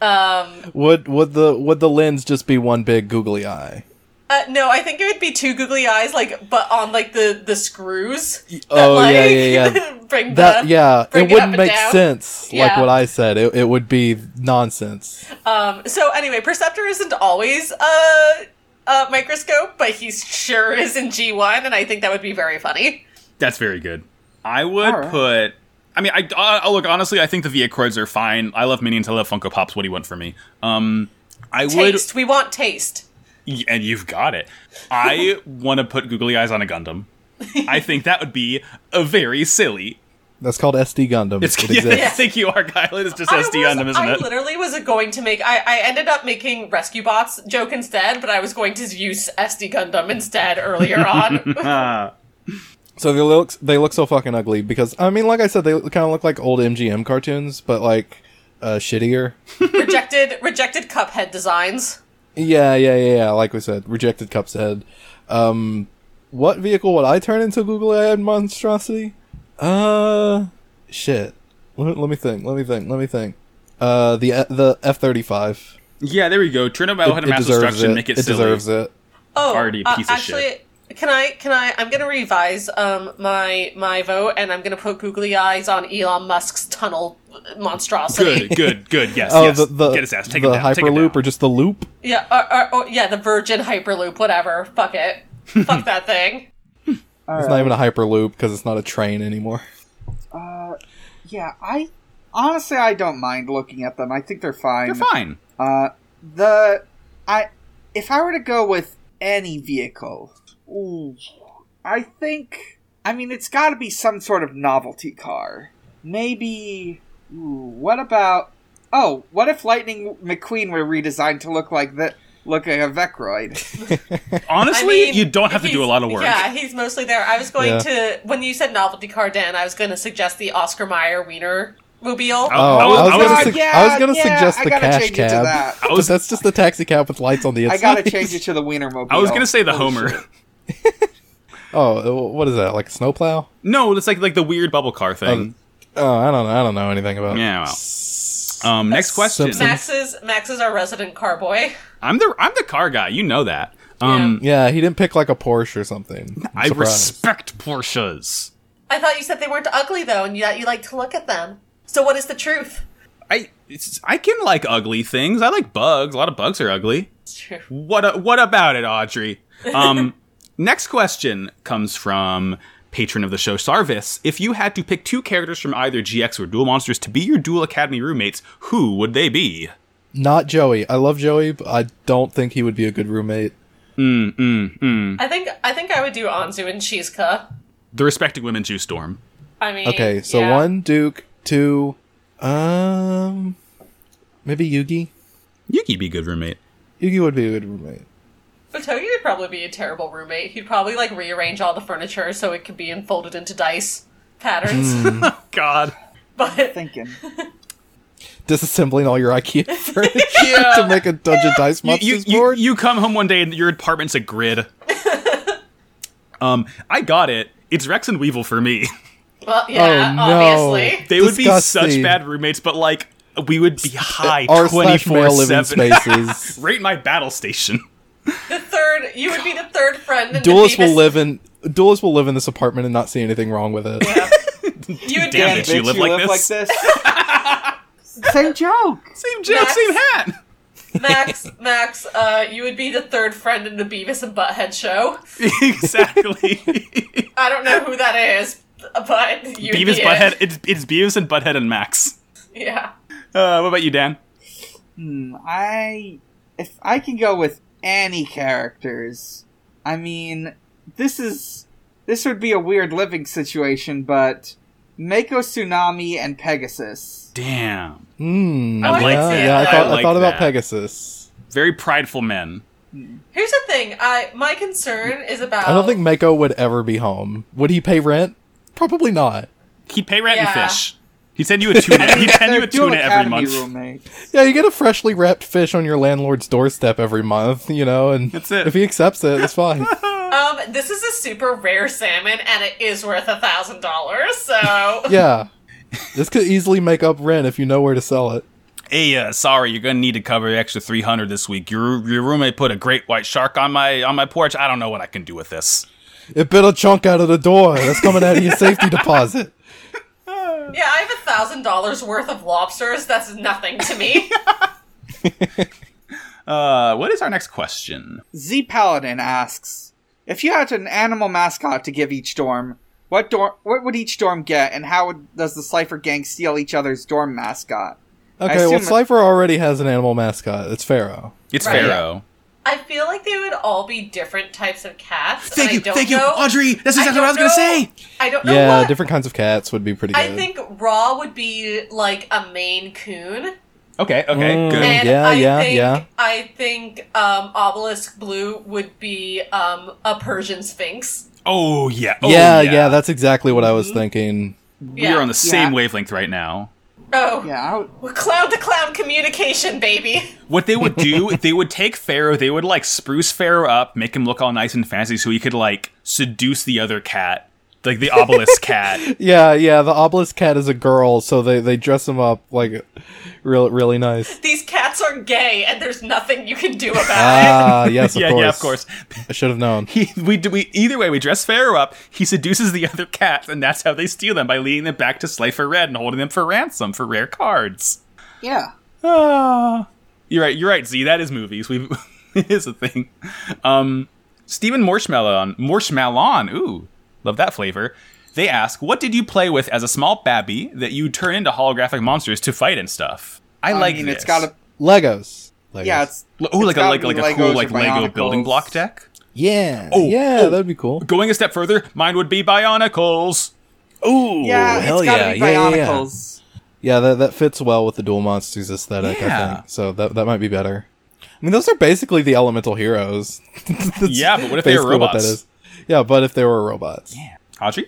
D: Um,
C: Would would the would the lens just be one big googly eye?
D: uh, no, I think it would be two googly eyes, like but on like the the screws. <laughs> that,
C: Oh
D: like,
C: yeah, yeah, yeah.
D: <laughs> bring
C: That
D: the,
C: yeah,
D: bring
C: it
D: it up
C: wouldn't
D: and
C: make
D: down.
C: sense like
D: Yeah.
C: what I said. It it would be nonsense.
D: Um, so anyway, Perceptor isn't always a, a microscope, but he sure is in G one, and I think that would be very funny.
B: That's very good. I would
A: Alright.
B: put. I mean, I uh, look honestly. I think the Viacroids are fine. I love Minions. I love Funko Pops. What do you want from me? Um, I
D: Taste, we want taste.
B: would, <laughs> and you've got it. I want to put googly eyes on a Gundam.
D: <laughs>
B: I think that would be a very silly.
C: That's called SD Gundam.
B: It's
C: it
B: <laughs> yeah,
C: exists.
B: I think you are, Kyle. It is just
D: I
B: SD
D: was-
B: Gundam, isn't
D: I
B: it?
D: literally was going to make. I, I ended up making Rescue Bots joke instead, but I was going to use SD Gundam instead
C: <laughs>
D: earlier on.
C: So they look they look so fucking ugly because I mean, like I said, they kind of look like old MGM cartoons, but like uh, shittier.
D: rejected rejected Cuphead designs.
C: Yeah, yeah, yeah, yeah. Like we said, rejected Cup's head. Um, what vehicle would I turn into googly-eyed monstrosity? Uh, shit. Let, let me think. Let me think. Let me think. Uh, the the F thirty five.
B: yeah, there we go. Turn up Battle Head of
C: It
B: Mass
C: deserves
B: Destruction.
C: it.
B: Make
C: It
B: it, silly.
C: deserves it.
D: Oh,
B: Already a
D: uh,
B: piece of
D: actually, can I? Can I? I'm gonna revise um my my vote, and I'm gonna put googly eyes on Elon Musk's tunnel monstrosity.
B: Good, good, good. Yes,
C: <laughs> Oh,
B: yes.
C: the the,
B: Get his ass. Take
C: the
B: it down. Take it
C: hyperloop
B: down.
C: or just the loop.
D: Yeah, or, or, or, yeah, the Virgin Hyperloop, whatever. Fuck it,
B: <laughs>
D: fuck that thing.
C: It's not even a hyperloop because it's not a train anymore.
A: Yeah, I honestly I don't mind looking at them. I think they're fine.
B: You're fine.
A: Uh, the I if I were to go with any vehicle, ooh, I think I mean it's got to be some sort of novelty car. Maybe ooh, what about oh, what if Lightning McQueen were redesigned to look like that? Look like a Vecroid.
D: I
B: Honestly,
D: mean,
B: you don't have to do a
D: he's-
B: lot of work.
D: Yeah, he's mostly there. I was going
C: Yeah.
D: to when you said novelty car, Dan. I was going to suggest the Oscar Mayer Wiener mobile.
B: Oh,
C: Oh,
B: I was-
C: I was,
B: I was
C: gonna,
B: gonna-
C: sug- I was gonna
A: yeah,
C: suggest
A: I
C: the
A: gotta
C: cash
A: change it to
C: cab.
A: that.
B: I
C: I
B: was-
C: was, that's just the taxi cab with lights on the
A: I
C: inside. <laughs>
A: gotta change it to the Wienermobile.
B: I was gonna say the Homer.
C: Oh, what is that? Like a snowplow?
B: No, it's like like the weird bubble car thing.
C: Oh, I don't know. I don't know anything about.
B: yeah. Well. Um, next question.
C: Simpsons.
D: Max is Max is our resident car boy.
B: I'm the I'm the car guy. You know that. Um,
C: Yeah, he didn't pick like a Porsche or something. I'm
B: I
C: surprised.
B: respect Porsches.
D: I thought you said they weren't ugly though, and that you like to look at them. So what is the truth?
B: I it's, I can like ugly things. I like bugs. A lot of bugs are ugly.
D: It's true.
B: What a, what about it, Audrey? Um, next question comes from patron of the show Sarvis. If you had to pick two characters from either GX or Duel Monsters to be your Duel Academy roommates, who would they be?
C: Not Joey. I love Joey, but I don't think he would be a good roommate.
D: I think I think I would do Anzu and Cheeseca.
B: The respecting women, Juice Storm.
D: I mean,
C: Okay, so
D: yeah.
C: one Duke, two, um, maybe Yugi.
B: Yuki be good roommate.
C: Yugi would be a good roommate.
D: Otogi would probably be a terrible roommate. He'd probably like rearrange all the furniture so it could be enfolded into dice
C: Hmm.
D: patterns.
B: God.
D: <laughs> but
A: Thinking.
C: Disassembling all your IKEA
B: <laughs>
C: <laughs> furniture to make a Dungeon Dice
B: You, you,
C: Monsters
B: you,
C: board.
B: you come home one day and your apartment's a grid. um, I got it. It's Rex and Weevil for me. <laughs>
D: well, yeah,
C: Oh, no.
D: obviously.
B: They would be such
C: Disgusting.
B: bad roommates, but like we would be high
C: R
B: twenty
C: slash
B: four
C: male living
B: seven.
C: spaces.
B: <laughs> Rate my battle station. <laughs>
D: The third, you would be the third friend. in
C: Duelists
D: the
C: will live in duelists will live in this apartment and not see anything wrong with it.
D: <laughs> You would
B: Damn
D: be
B: it. you live like this? <laughs>
A: Same joke.
B: Same joke,
D: Max?
B: same
C: <laughs>
B: hat.
D: Max, Max, uh, you would be the third friend in the Beavis and Butthead show. <laughs>
B: exactly.
D: I don't know who that is, but you
B: Beavis, Butthead. It's, it's Beavis and Butthead and Max.
D: Yeah.
B: Uh, what about you, Dan?
A: Hmm, I if I can go with any characters, I mean, this is this would be a weird living situation, but Mako Tsunami and Pegasus.
B: Damn.
C: Mm,
B: I like
C: yeah,
B: that.
C: yeah, I
B: I
C: thought I,
B: like
C: thought about
B: that.
C: Pegasus.
B: Very prideful men.
D: Here's the thing. I my concern is about.
C: I don't think Mako would ever be home. Would he pay rent? Probably not.
B: He'd pay rent
D: Yeah.
B: and fish. He'd send you a tuna.
D: <laughs>
B: He'd send you
A: They're
B: a
A: dual
B: tuna every
A: academy
B: month.
A: roommates.
C: Yeah, you get a freshly wrapped fish on your landlord's doorstep every month, you know, and
B: That's it.
C: if he accepts it,
B: <laughs>
C: it's fine.
D: Um, this is a super rare salmon, and it is worth a thousand dollars. So
C: yeah. This could easily make up rent if you know where to sell it.
B: Hey, uh, sorry, you're gonna need to cover the extra three hundred this week. Your your roommate put a great white shark on my on my porch. I don't know what I can do with this.
C: It bit a chunk out of the door. That's coming out of
B: <laughs>
C: your safety deposit.
D: yeah, I have a thousand dollars worth of lobsters. That's nothing to me.
B: Uh, what is our next question?
A: Z Paladin asks If you had an animal mascot to give each dorm, what dorm what would each dorm get and how would, does the Cypher gang steal each other's dorm mascot?
C: Okay, well,
A: assume-
C: Cypher already has an animal mascot. It's Pharaoh.
B: It's
D: Right.
B: Pharaoh.
D: I feel like they would all be different types of cats. and I don't know-
B: Audrey. That's
D: don't know- I don't know.
C: Yeah,
D: what-
C: different kinds of cats would be pretty good.
D: I think Raw would be like a Maine Coon,
B: Okay, okay,
C: Mm.
B: good.
D: and
C: yeah,
D: I
C: yeah,
D: think
C: yeah.
D: I think um, Obelisk Blue would be um, a Persian Sphinx.
B: Oh yeah, oh,
C: yeah, yeah, that's exactly what I was thinking.
B: we are on the
A: Yeah.
B: same wavelength right now.
D: oh
A: Yeah, I would,
D: cloud to cloud communication, baby. <laughs>
B: What they would do, they would take Pharaoh, they would like spruce Pharaoh up, make him look all nice and fancy, so he could like seduce the other cat, like the obelisk cat.
C: Yeah, yeah, the obelisk cat is a girl, so they, they dress him up like real really nice.
D: These cats are gay, and there's nothing you can do
B: Uh,
D: about it.
C: Ah, yes, of
B: yeah,
C: course.
B: yeah, of course.
C: I should have known.
B: He, we, do- we either way, we dress Pharaoh up. He seduces the <laughs> other cats, and that's how they steal them by leading them back to Slifer Red and holding them for ransom for rare cards.
A: yeah.
B: Ah. You're right. You're right. Z. That is movies. We <laughs> it is a thing. Um, Stephen Marshmallow, Marshmallow. Ooh, love that flavor. They ask, "What did you play with as a small babby that you turn into holographic monsters to fight and stuff?" I,
A: I
B: like
A: mean,
B: this.
A: it's got a
C: Legos. Legos.
A: yeah, it's
B: oh,
A: it's
B: like a
A: gotta
B: like
A: be
B: like a cool
A: Legos
B: like
A: or
B: Lego
A: Bionicles.
B: building block deck.
C: yeah,
B: Oh,
C: yeah,
B: oh.
C: that'd be cool.
B: Going a step further, mine would be Bionicles. Ooh,
A: yeah,
C: hell
A: it's gotta
C: yeah,
A: be
C: yeah, yeah, yeah.
A: Bionicles.
C: Yeah, that that fits well with the dual monsters aesthetic. I
B: Yeah.
C: think so. That that might be better. I mean, those are basically the elemental heroes. <laughs> That's
B: Yeah, but what if they were
C: basically what that
B: robots?
C: is. Yeah, but if they were robots, yeah,
B: Haji.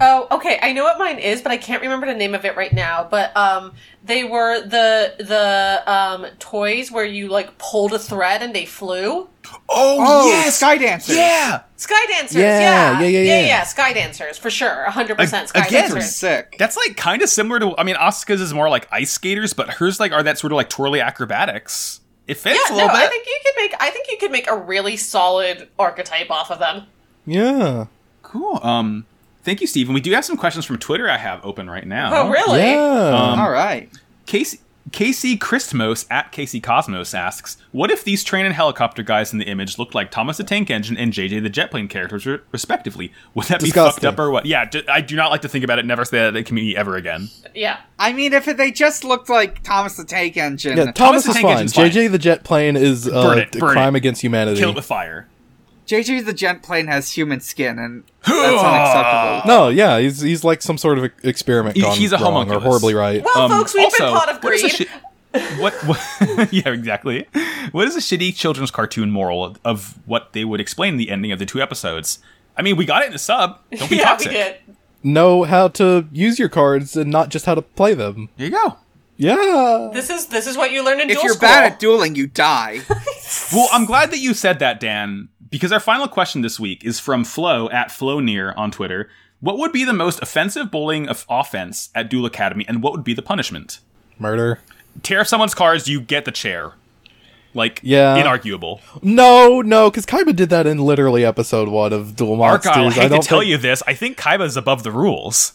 D: Oh, okay. I know what mine is, but I can't remember the name of it right now. But um, they were the the um toys where you like pulled a thread and they flew.
A: Oh, Sky Dancer.
B: Yeah,
D: Sky dancers.
C: Yeah,
D: Yeah,
C: yeah, yeah, yeah.
D: Sky dancers for sure. hundred percent.
B: Ag-
D: Sky
B: again,
A: Those are
D: dancers.
A: sick.
B: that's like kind of similar to. I mean, Asuka's is more like ice skaters, but hers like are that sort of like twirly acrobatics. It fits
D: Yeah,
B: a
D: no,
B: little bit.
D: I think you could make. I think you could make a really solid archetype off of them.
C: yeah,
B: Cool. Um, thank you, Stephen. We do have some questions from Twitter I have open right now.
D: Oh, really?
B: Um,
A: All right.
B: Casey. Casey Christmos at Casey Cosmos asks, "What if these train and helicopter guys in the image looked like Thomas the Tank Engine and JJ the Jet Plane characters, re- respectively? Would that be fucked
C: Disgusting.
B: up or what?" Yeah, d- I do not like to think about it. Never say that to community ever again.
D: Yeah.
A: I mean, if they just looked like Thomas the Tank Engine,
C: yeah. Thomas,
B: the
C: is
B: Tank
C: fine.
B: Engine's fine.
C: JJ the jet plane is uh,
B: Burn it,
C: a
B: burn
C: crime
B: it.
C: against humanity.
B: Kill it with fire.
A: JJ the Gent Plane has human skin, and that's unacceptable.
C: no, yeah, he's he's like some sort of e- experiment
B: He-
C: gone
B: he's a
C: wrong or
B: homunculus.
C: horribly right.
D: Well, Oh, folks, we've been
B: Um, also,
D: pot of
B: what is
D: greed.
B: a shi-
D: <laughs>
B: what, what <laughs> yeah exactly what is a shitty children's cartoon moral of, of what they would explain in the ending of the two episodes i mean we got it in the sub don't be
D: <laughs> yeah,
B: toxic
D: we did.
C: know how to use your cards and not just how to play them.
B: there you go
C: Yeah.
D: This is this is what you learn in
A: If
D: dual
A: you're
D: school.
A: bad at dueling, you die.
B: well i'm glad that you said that dan because our final question this week is from flo at flownear on twitter what would be the most offensive bullying of offense at duel academy and what would be the punishment
C: Murder.
B: tear up someone's cars you get the chair like
C: Yeah.
B: inarguable
C: No, no, because Kaiba did that in literally episode one of Dual Monsters.
B: Argyle, I hate
C: don't
B: to tell
C: think-
B: you this. I think Kaiba's above the rules.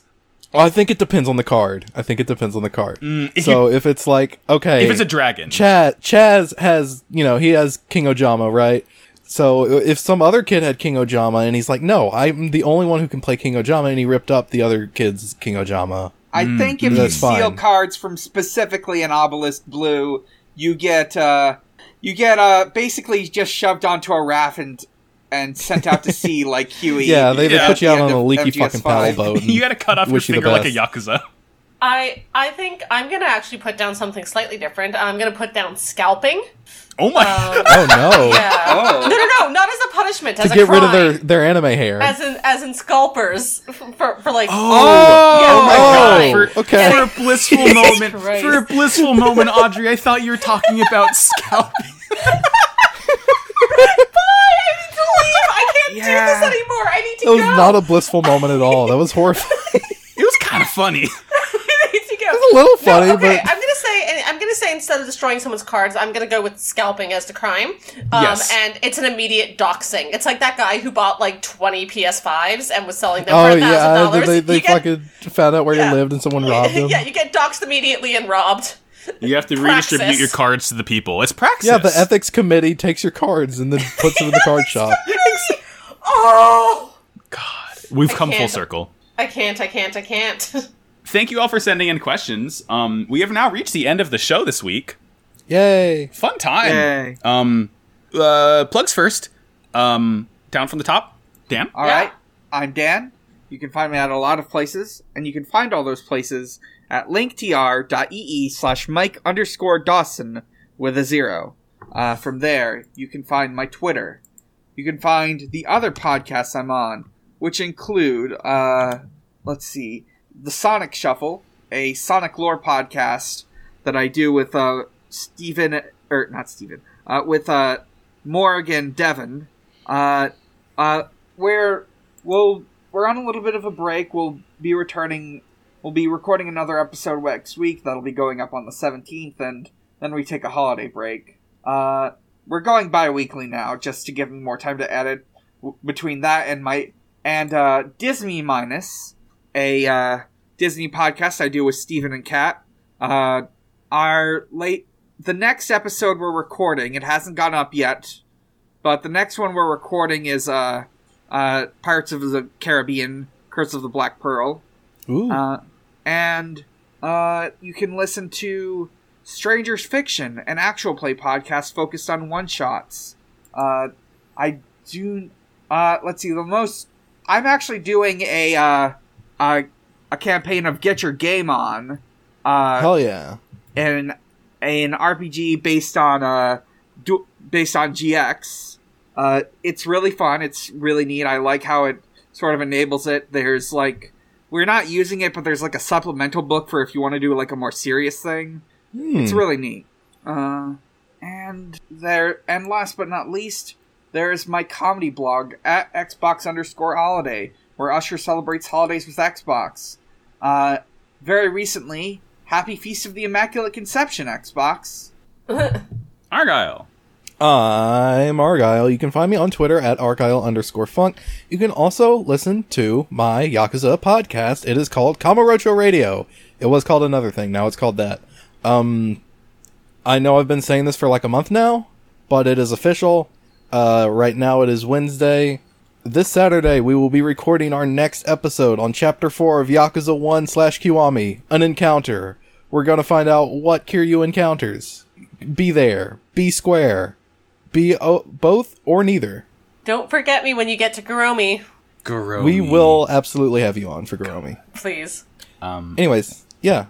C: Well, I think it depends on the card. I think it depends on the card. so if it's like okay,
B: Mm, If it's a dragon,
C: Chaz, Chaz has, you know, he has King Ojama, right? So if some other kid had King Ojama and he's like, no, I'm the only one who can play King Ojama, and he ripped up the other kid's King Ojama.
A: I think if you
C: Hmm, that's
A: steal
C: fine.
A: cards from specifically an obelisk blue, you get uh, you get uh, basically just shoved onto a raft and and sent out
C: <laughs>
A: to sea like Huey.
C: Yeah, they, they
B: Yeah.
C: put you out
A: Yeah,
C: on
A: the
C: a leaky
A: MGS5.
C: fucking paddle boat.
D: <laughs>
B: <laughs>
C: and
B: you got to cut off your
C: wish you the
B: finger like a
C: best.
B: yakuza.
D: I I think I'm gonna actually put down something slightly different. I'm gonna put down scalping.
B: Oh my!
D: Um,
C: Oh no!
D: yeah.
A: Oh.
D: <laughs> No, no, no, not as a punishment.
C: To
D: as a
C: get
D: crime,
C: rid of their their anime hair.
D: as in as in scalpers for for like.
A: Oh,
D: my
C: oh,
D: God.
B: For-
C: okay.
B: For a <laughs> blissful moment,
D: Christ.
B: for a blissful moment, Audrey, I thought you were talking
D: <laughs>
B: about scalping.
D: "Oh, I need to leave. I can't do
A: Yeah.
D: this anymore. I need to
C: That was
D: go. <laughs>
C: not a blissful moment at all. That was <laughs> horrifying.
B: It was kind of funny.
D: I need to go.
C: a little funny,
D: no, okay,
C: but-
D: I'm gonna say and I'm gonna say instead of destroying someone's cards, I'm gonna go with scalping as the crime. Um,
B: Yes.
D: And it's an immediate doxing. It's like that guy who bought like 20 PS5s and was selling them
C: oh
D: for a thousand
C: yeah,
D: dollars.
C: they, they fucking found out where
D: Yeah.
C: you lived and someone robbed them.
D: <laughs> yeah, you get doxed immediately and robbed.
B: You have to
D: Praxis.
B: redistribute your cards to the people. It's praxis.
C: Yeah, the ethics committee takes your cards and then puts them in the
D: <laughs>
C: card shop.
D: Oh,
B: We've come full
D: can't.
B: circle.
D: I can't, I can't, I can't. <laughs>
B: Thank you all for sending in questions. Um, we have now reached the end of the show this week.
C: Yay!
B: Fun time.
A: Yay.
B: Um, uh, plugs first. Um, down from the top. Dan.
A: All
D: Yeah.
A: right. I'm Dan. You can find me at a lot of places, and you can find all those places at linktr.ee slash Mike underscore Dawson with a zero. Uh, from there, you can find my Twitter. You can find the other podcasts I'm on, which include, uh, let's see, The Sonic Shuffle, a Sonic lore podcast that I do with uh, Steven, or not Steven, uh, with uh, Morgan Devon. Uh, uh, where we'll we're on a little bit of a break. We'll be returning. We'll be recording another episode next week. That'll be going up on the seventeenth, and then we take a holiday break. Uh, we're going bi-weekly now, just to give me more time to edit w- between that and my and uh, Disney minus a uh, Disney podcast I do with Steven and Kat. Uh, our late the next episode we're recording. It hasn't gone up yet. But the next one we're recording is uh, uh, Pirates of the Caribbean: Curse of the Black Pearl,
C: Ooh,
A: uh, and uh, you can listen to Strangers Fiction, an actual play podcast focused on one shots. Uh, I do. Uh, let's see. The most I'm actually doing a uh, a, a campaign of Get Your Game On. Uh,
C: hell yeah!
A: an an RPG based on uh du- based on GX. Uh, it's really fun. It's really neat. I like how it sort of enables it. There's like we're not using it, but there's like a supplemental book for if you want to do like a more serious thing. It's
C: Hmm.
A: really neat. Uh, and there, and last but not least, there is my comedy blog at Xbox underscore Holiday, where Usher celebrates holidays with Xbox. Uh, very recently, Happy Feast of the Immaculate Conception, Xbox.
B: Argyle.
C: I'm Argyle. You can find me on Twitter at Argyle underscore funk. You can also listen to my Yakuza podcast. It is called Kamarocho Radio. It was called another thing. Now it's called that. Um, I know I've been saying this for like a month now, but it is official. Uh, right now it is Wednesday. This Saturday we will be recording our next episode on Chapter Four of Yakuza One slash Kiwami, an encounter. We're gonna find out what Kiryu encounters. Be there. Be square. Be o- both or neither.
D: Don't forget me when you get to Kuromi,
C: We will absolutely have you on for Goromi.
D: please.
B: Um,
C: Anyways, yeah.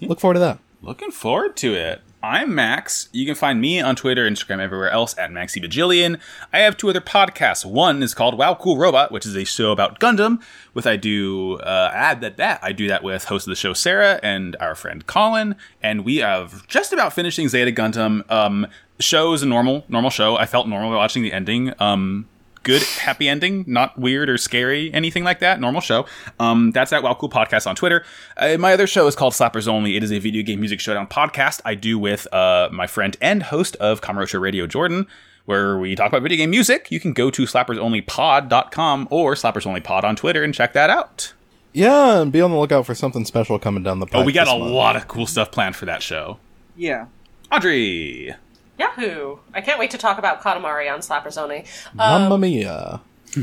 C: Look forward to that.
B: Looking forward to it. I'm Max. You can find me on Twitter, Instagram, everywhere else at Maxi Bajillion. I have two other podcasts. One is called Wow Cool Robot, which is a show about Gundam. With I do uh, add that that I do that with host of the show Sarah and our friend Colin, and we have just about finishing Zeta Gundam. Um, show is a normal normal show. I felt normal watching the ending. Um, good happy ending not weird or scary anything like that normal show um, that's at wow cool podcast on twitter uh, my other show is called slappers only it is a video game music showdown podcast i do with uh, my friend and host of Camarocha radio jordan where we talk about video game music you can go to slappersonlypod.com or slappersonlypod on twitter and check that out
C: Yeah, and be on the lookout for something special coming down the pipe.
B: Oh, we got
C: this
B: a
C: month.
B: lot of cool stuff planned for that show.
A: Yeah.
B: Audrey,
D: Yahoo! I can't wait to talk about Katamari on Slapper Zone.
C: Mamma mia!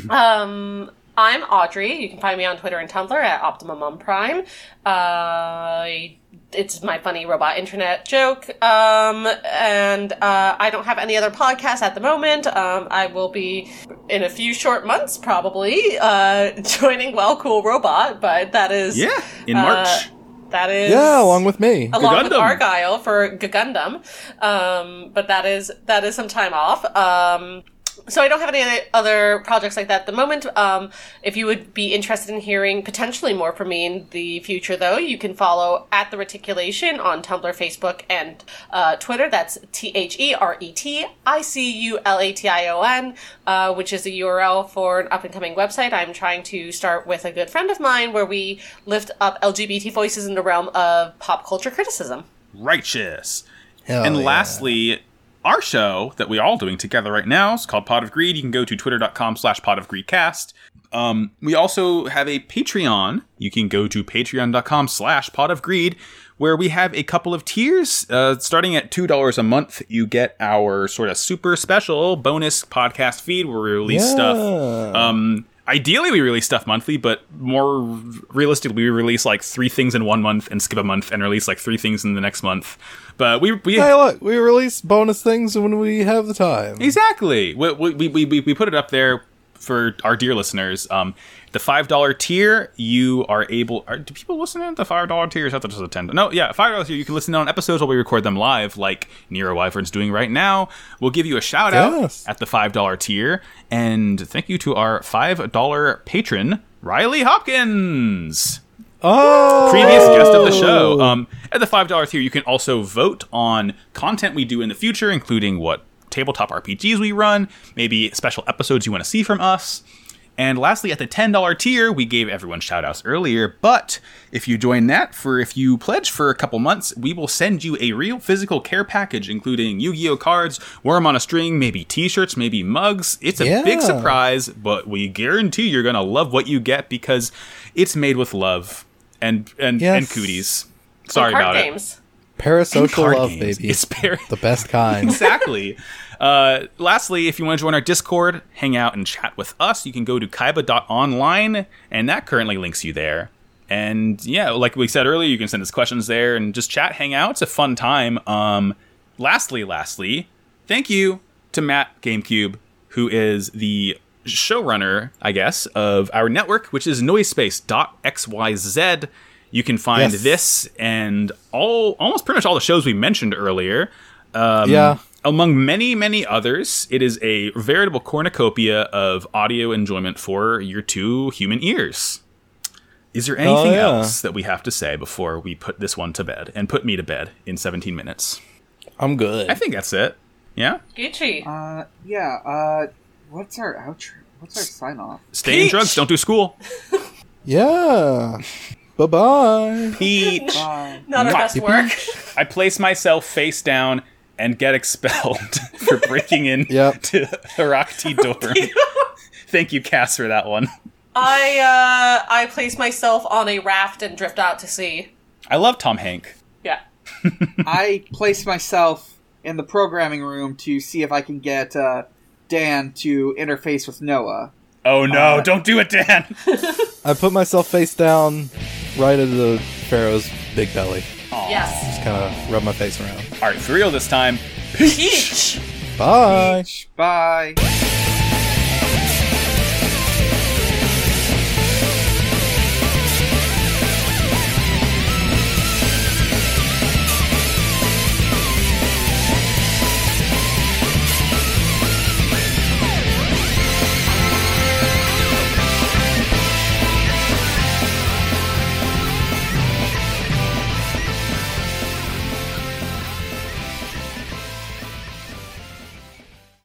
D: Um, I'm Audrey. You can find me on Twitter and Tumblr at Optimum Mom Prime. Uh, it's my funny robot internet joke. Um, and uh, I don't have any other podcasts at the moment. Um, I will be in a few short months probably uh, <laughs> joining Well Cool Robot, but that is
B: yeah, in
D: uh,
B: March.
D: that is
C: Yeah, along with me.
D: along with
B: Gundam.
D: Argyle for Gundam. Um, but that is that is some time off. Um, so I don't have any other projects like that at the moment. Um, if you would be interested in hearing potentially more from me in the future, though, you can follow at the Reticulation on Tumblr, Facebook, and uh, Twitter. That's T H E R E T I C U L A T I O N, uh, which is the URL for an up and coming website. I'm trying to start with a good friend of mine where we lift up LGBT voices in the realm of pop culture criticism.
B: Righteous.
C: Hell
B: and
C: yeah.
B: lastly, our show that we're all doing together right now is called Pot of Greed. You can go to twitter.com slash pot of greed cast. Um, we also have a Patreon. You can go to patreon.com slash pot of greed, where we have a couple of tiers. Uh, starting at $2 a month, you get our sort of super special bonus podcast feed where we release
C: Yeah. Uh,
B: stuff. Um, ideally, we release stuff monthly, but more realistically, we release like three things in one month and skip a month and release like three things in the next month. But we, we
C: Hey, look, we release bonus things when we have the time.
B: Exactly. We, we, we, we, we put it up there for our dear listeners. Um, the five dollar tier, you are able. Are, do people listen to the five dollar tier? Is that just a ten? No, yeah, five dollar tier. You can listen on episodes while we record them live, like Nero Wyvern's doing right now. We'll give you a shout
C: Yes.
B: out at the five dollar tier, and thank you to our five dollar patron Riley Hopkins
C: Oh,
B: previous guest of the show. Um, at the five dollar tier, you can also vote on content we do in the future, including what tabletop RPGs we run, maybe special episodes you want to see from us. And lastly, at the ten dollar tier, we gave everyone shout outs earlier. But if you join that for if you pledge for a couple months, we will send you a real physical care package, including Yu-Gi-Oh cards, worm on a string, maybe T-shirts, maybe mugs. It's a big
C: Yeah.
B: surprise, but we guarantee you're gonna love what you get because it's made with love and and
C: Yes.
B: and cooties. Sorry
D: Card
B: about it.
D: games.
B: And
C: parasocial
B: card
C: love,
B: games.
C: baby.
B: It's par-
C: <laughs> the best kind.
B: <laughs> exactly. Uh, lastly, if you want to join our Discord, hang out and chat with us, you can go to kaiba.online, and that currently links you there. And yeah, like we said earlier, you can send us questions there and just chat, hang out. It's a fun time. Um, lastly, lastly, thank you to Matt GameCube, who is the showrunner, I guess, of our network, which is noisepace.xyz. You can find
C: Yes.
B: this and all almost pretty much all the shows we mentioned earlier. Um,
C: Yeah.
B: Among many, many others, it is a veritable cornucopia of audio enjoyment for your two human ears. Is there anything
C: Oh, yeah.
B: else that we have to say before we put this one to bed and put me to bed in 17 minutes?
C: I'm good.
B: I think that's it. Yeah?
D: Gucci.
A: Uh, yeah. Uh, what's our outro? What's our sign off?
B: Stay in
D: Peach.
B: drugs, don't do school.
C: yeah. Bye bye.
B: Peach.
A: Bye.
D: Not our
B: Mwah.
D: best work.
B: I place myself face down and get expelled <laughs> for breaking in
C: Yep.
B: to
D: <laughs>
B: Hirakti dorm. Thank you, Cass, for that one.
D: I uh, I place myself on a raft and drift out to sea.
B: I love Tom Hank.
D: Yeah.
A: I place myself in the programming room to see if I can get uh, Dan to interface with Noah.
B: Oh
D: Uh,
B: no, don't do it, Dan.
C: I put myself face down, right into the pharaoh's big belly.
D: Yes.
C: <laughs> Just kind of rub my face around.
B: All right, for real this time.
D: Peach.
C: Bye.
A: Bye.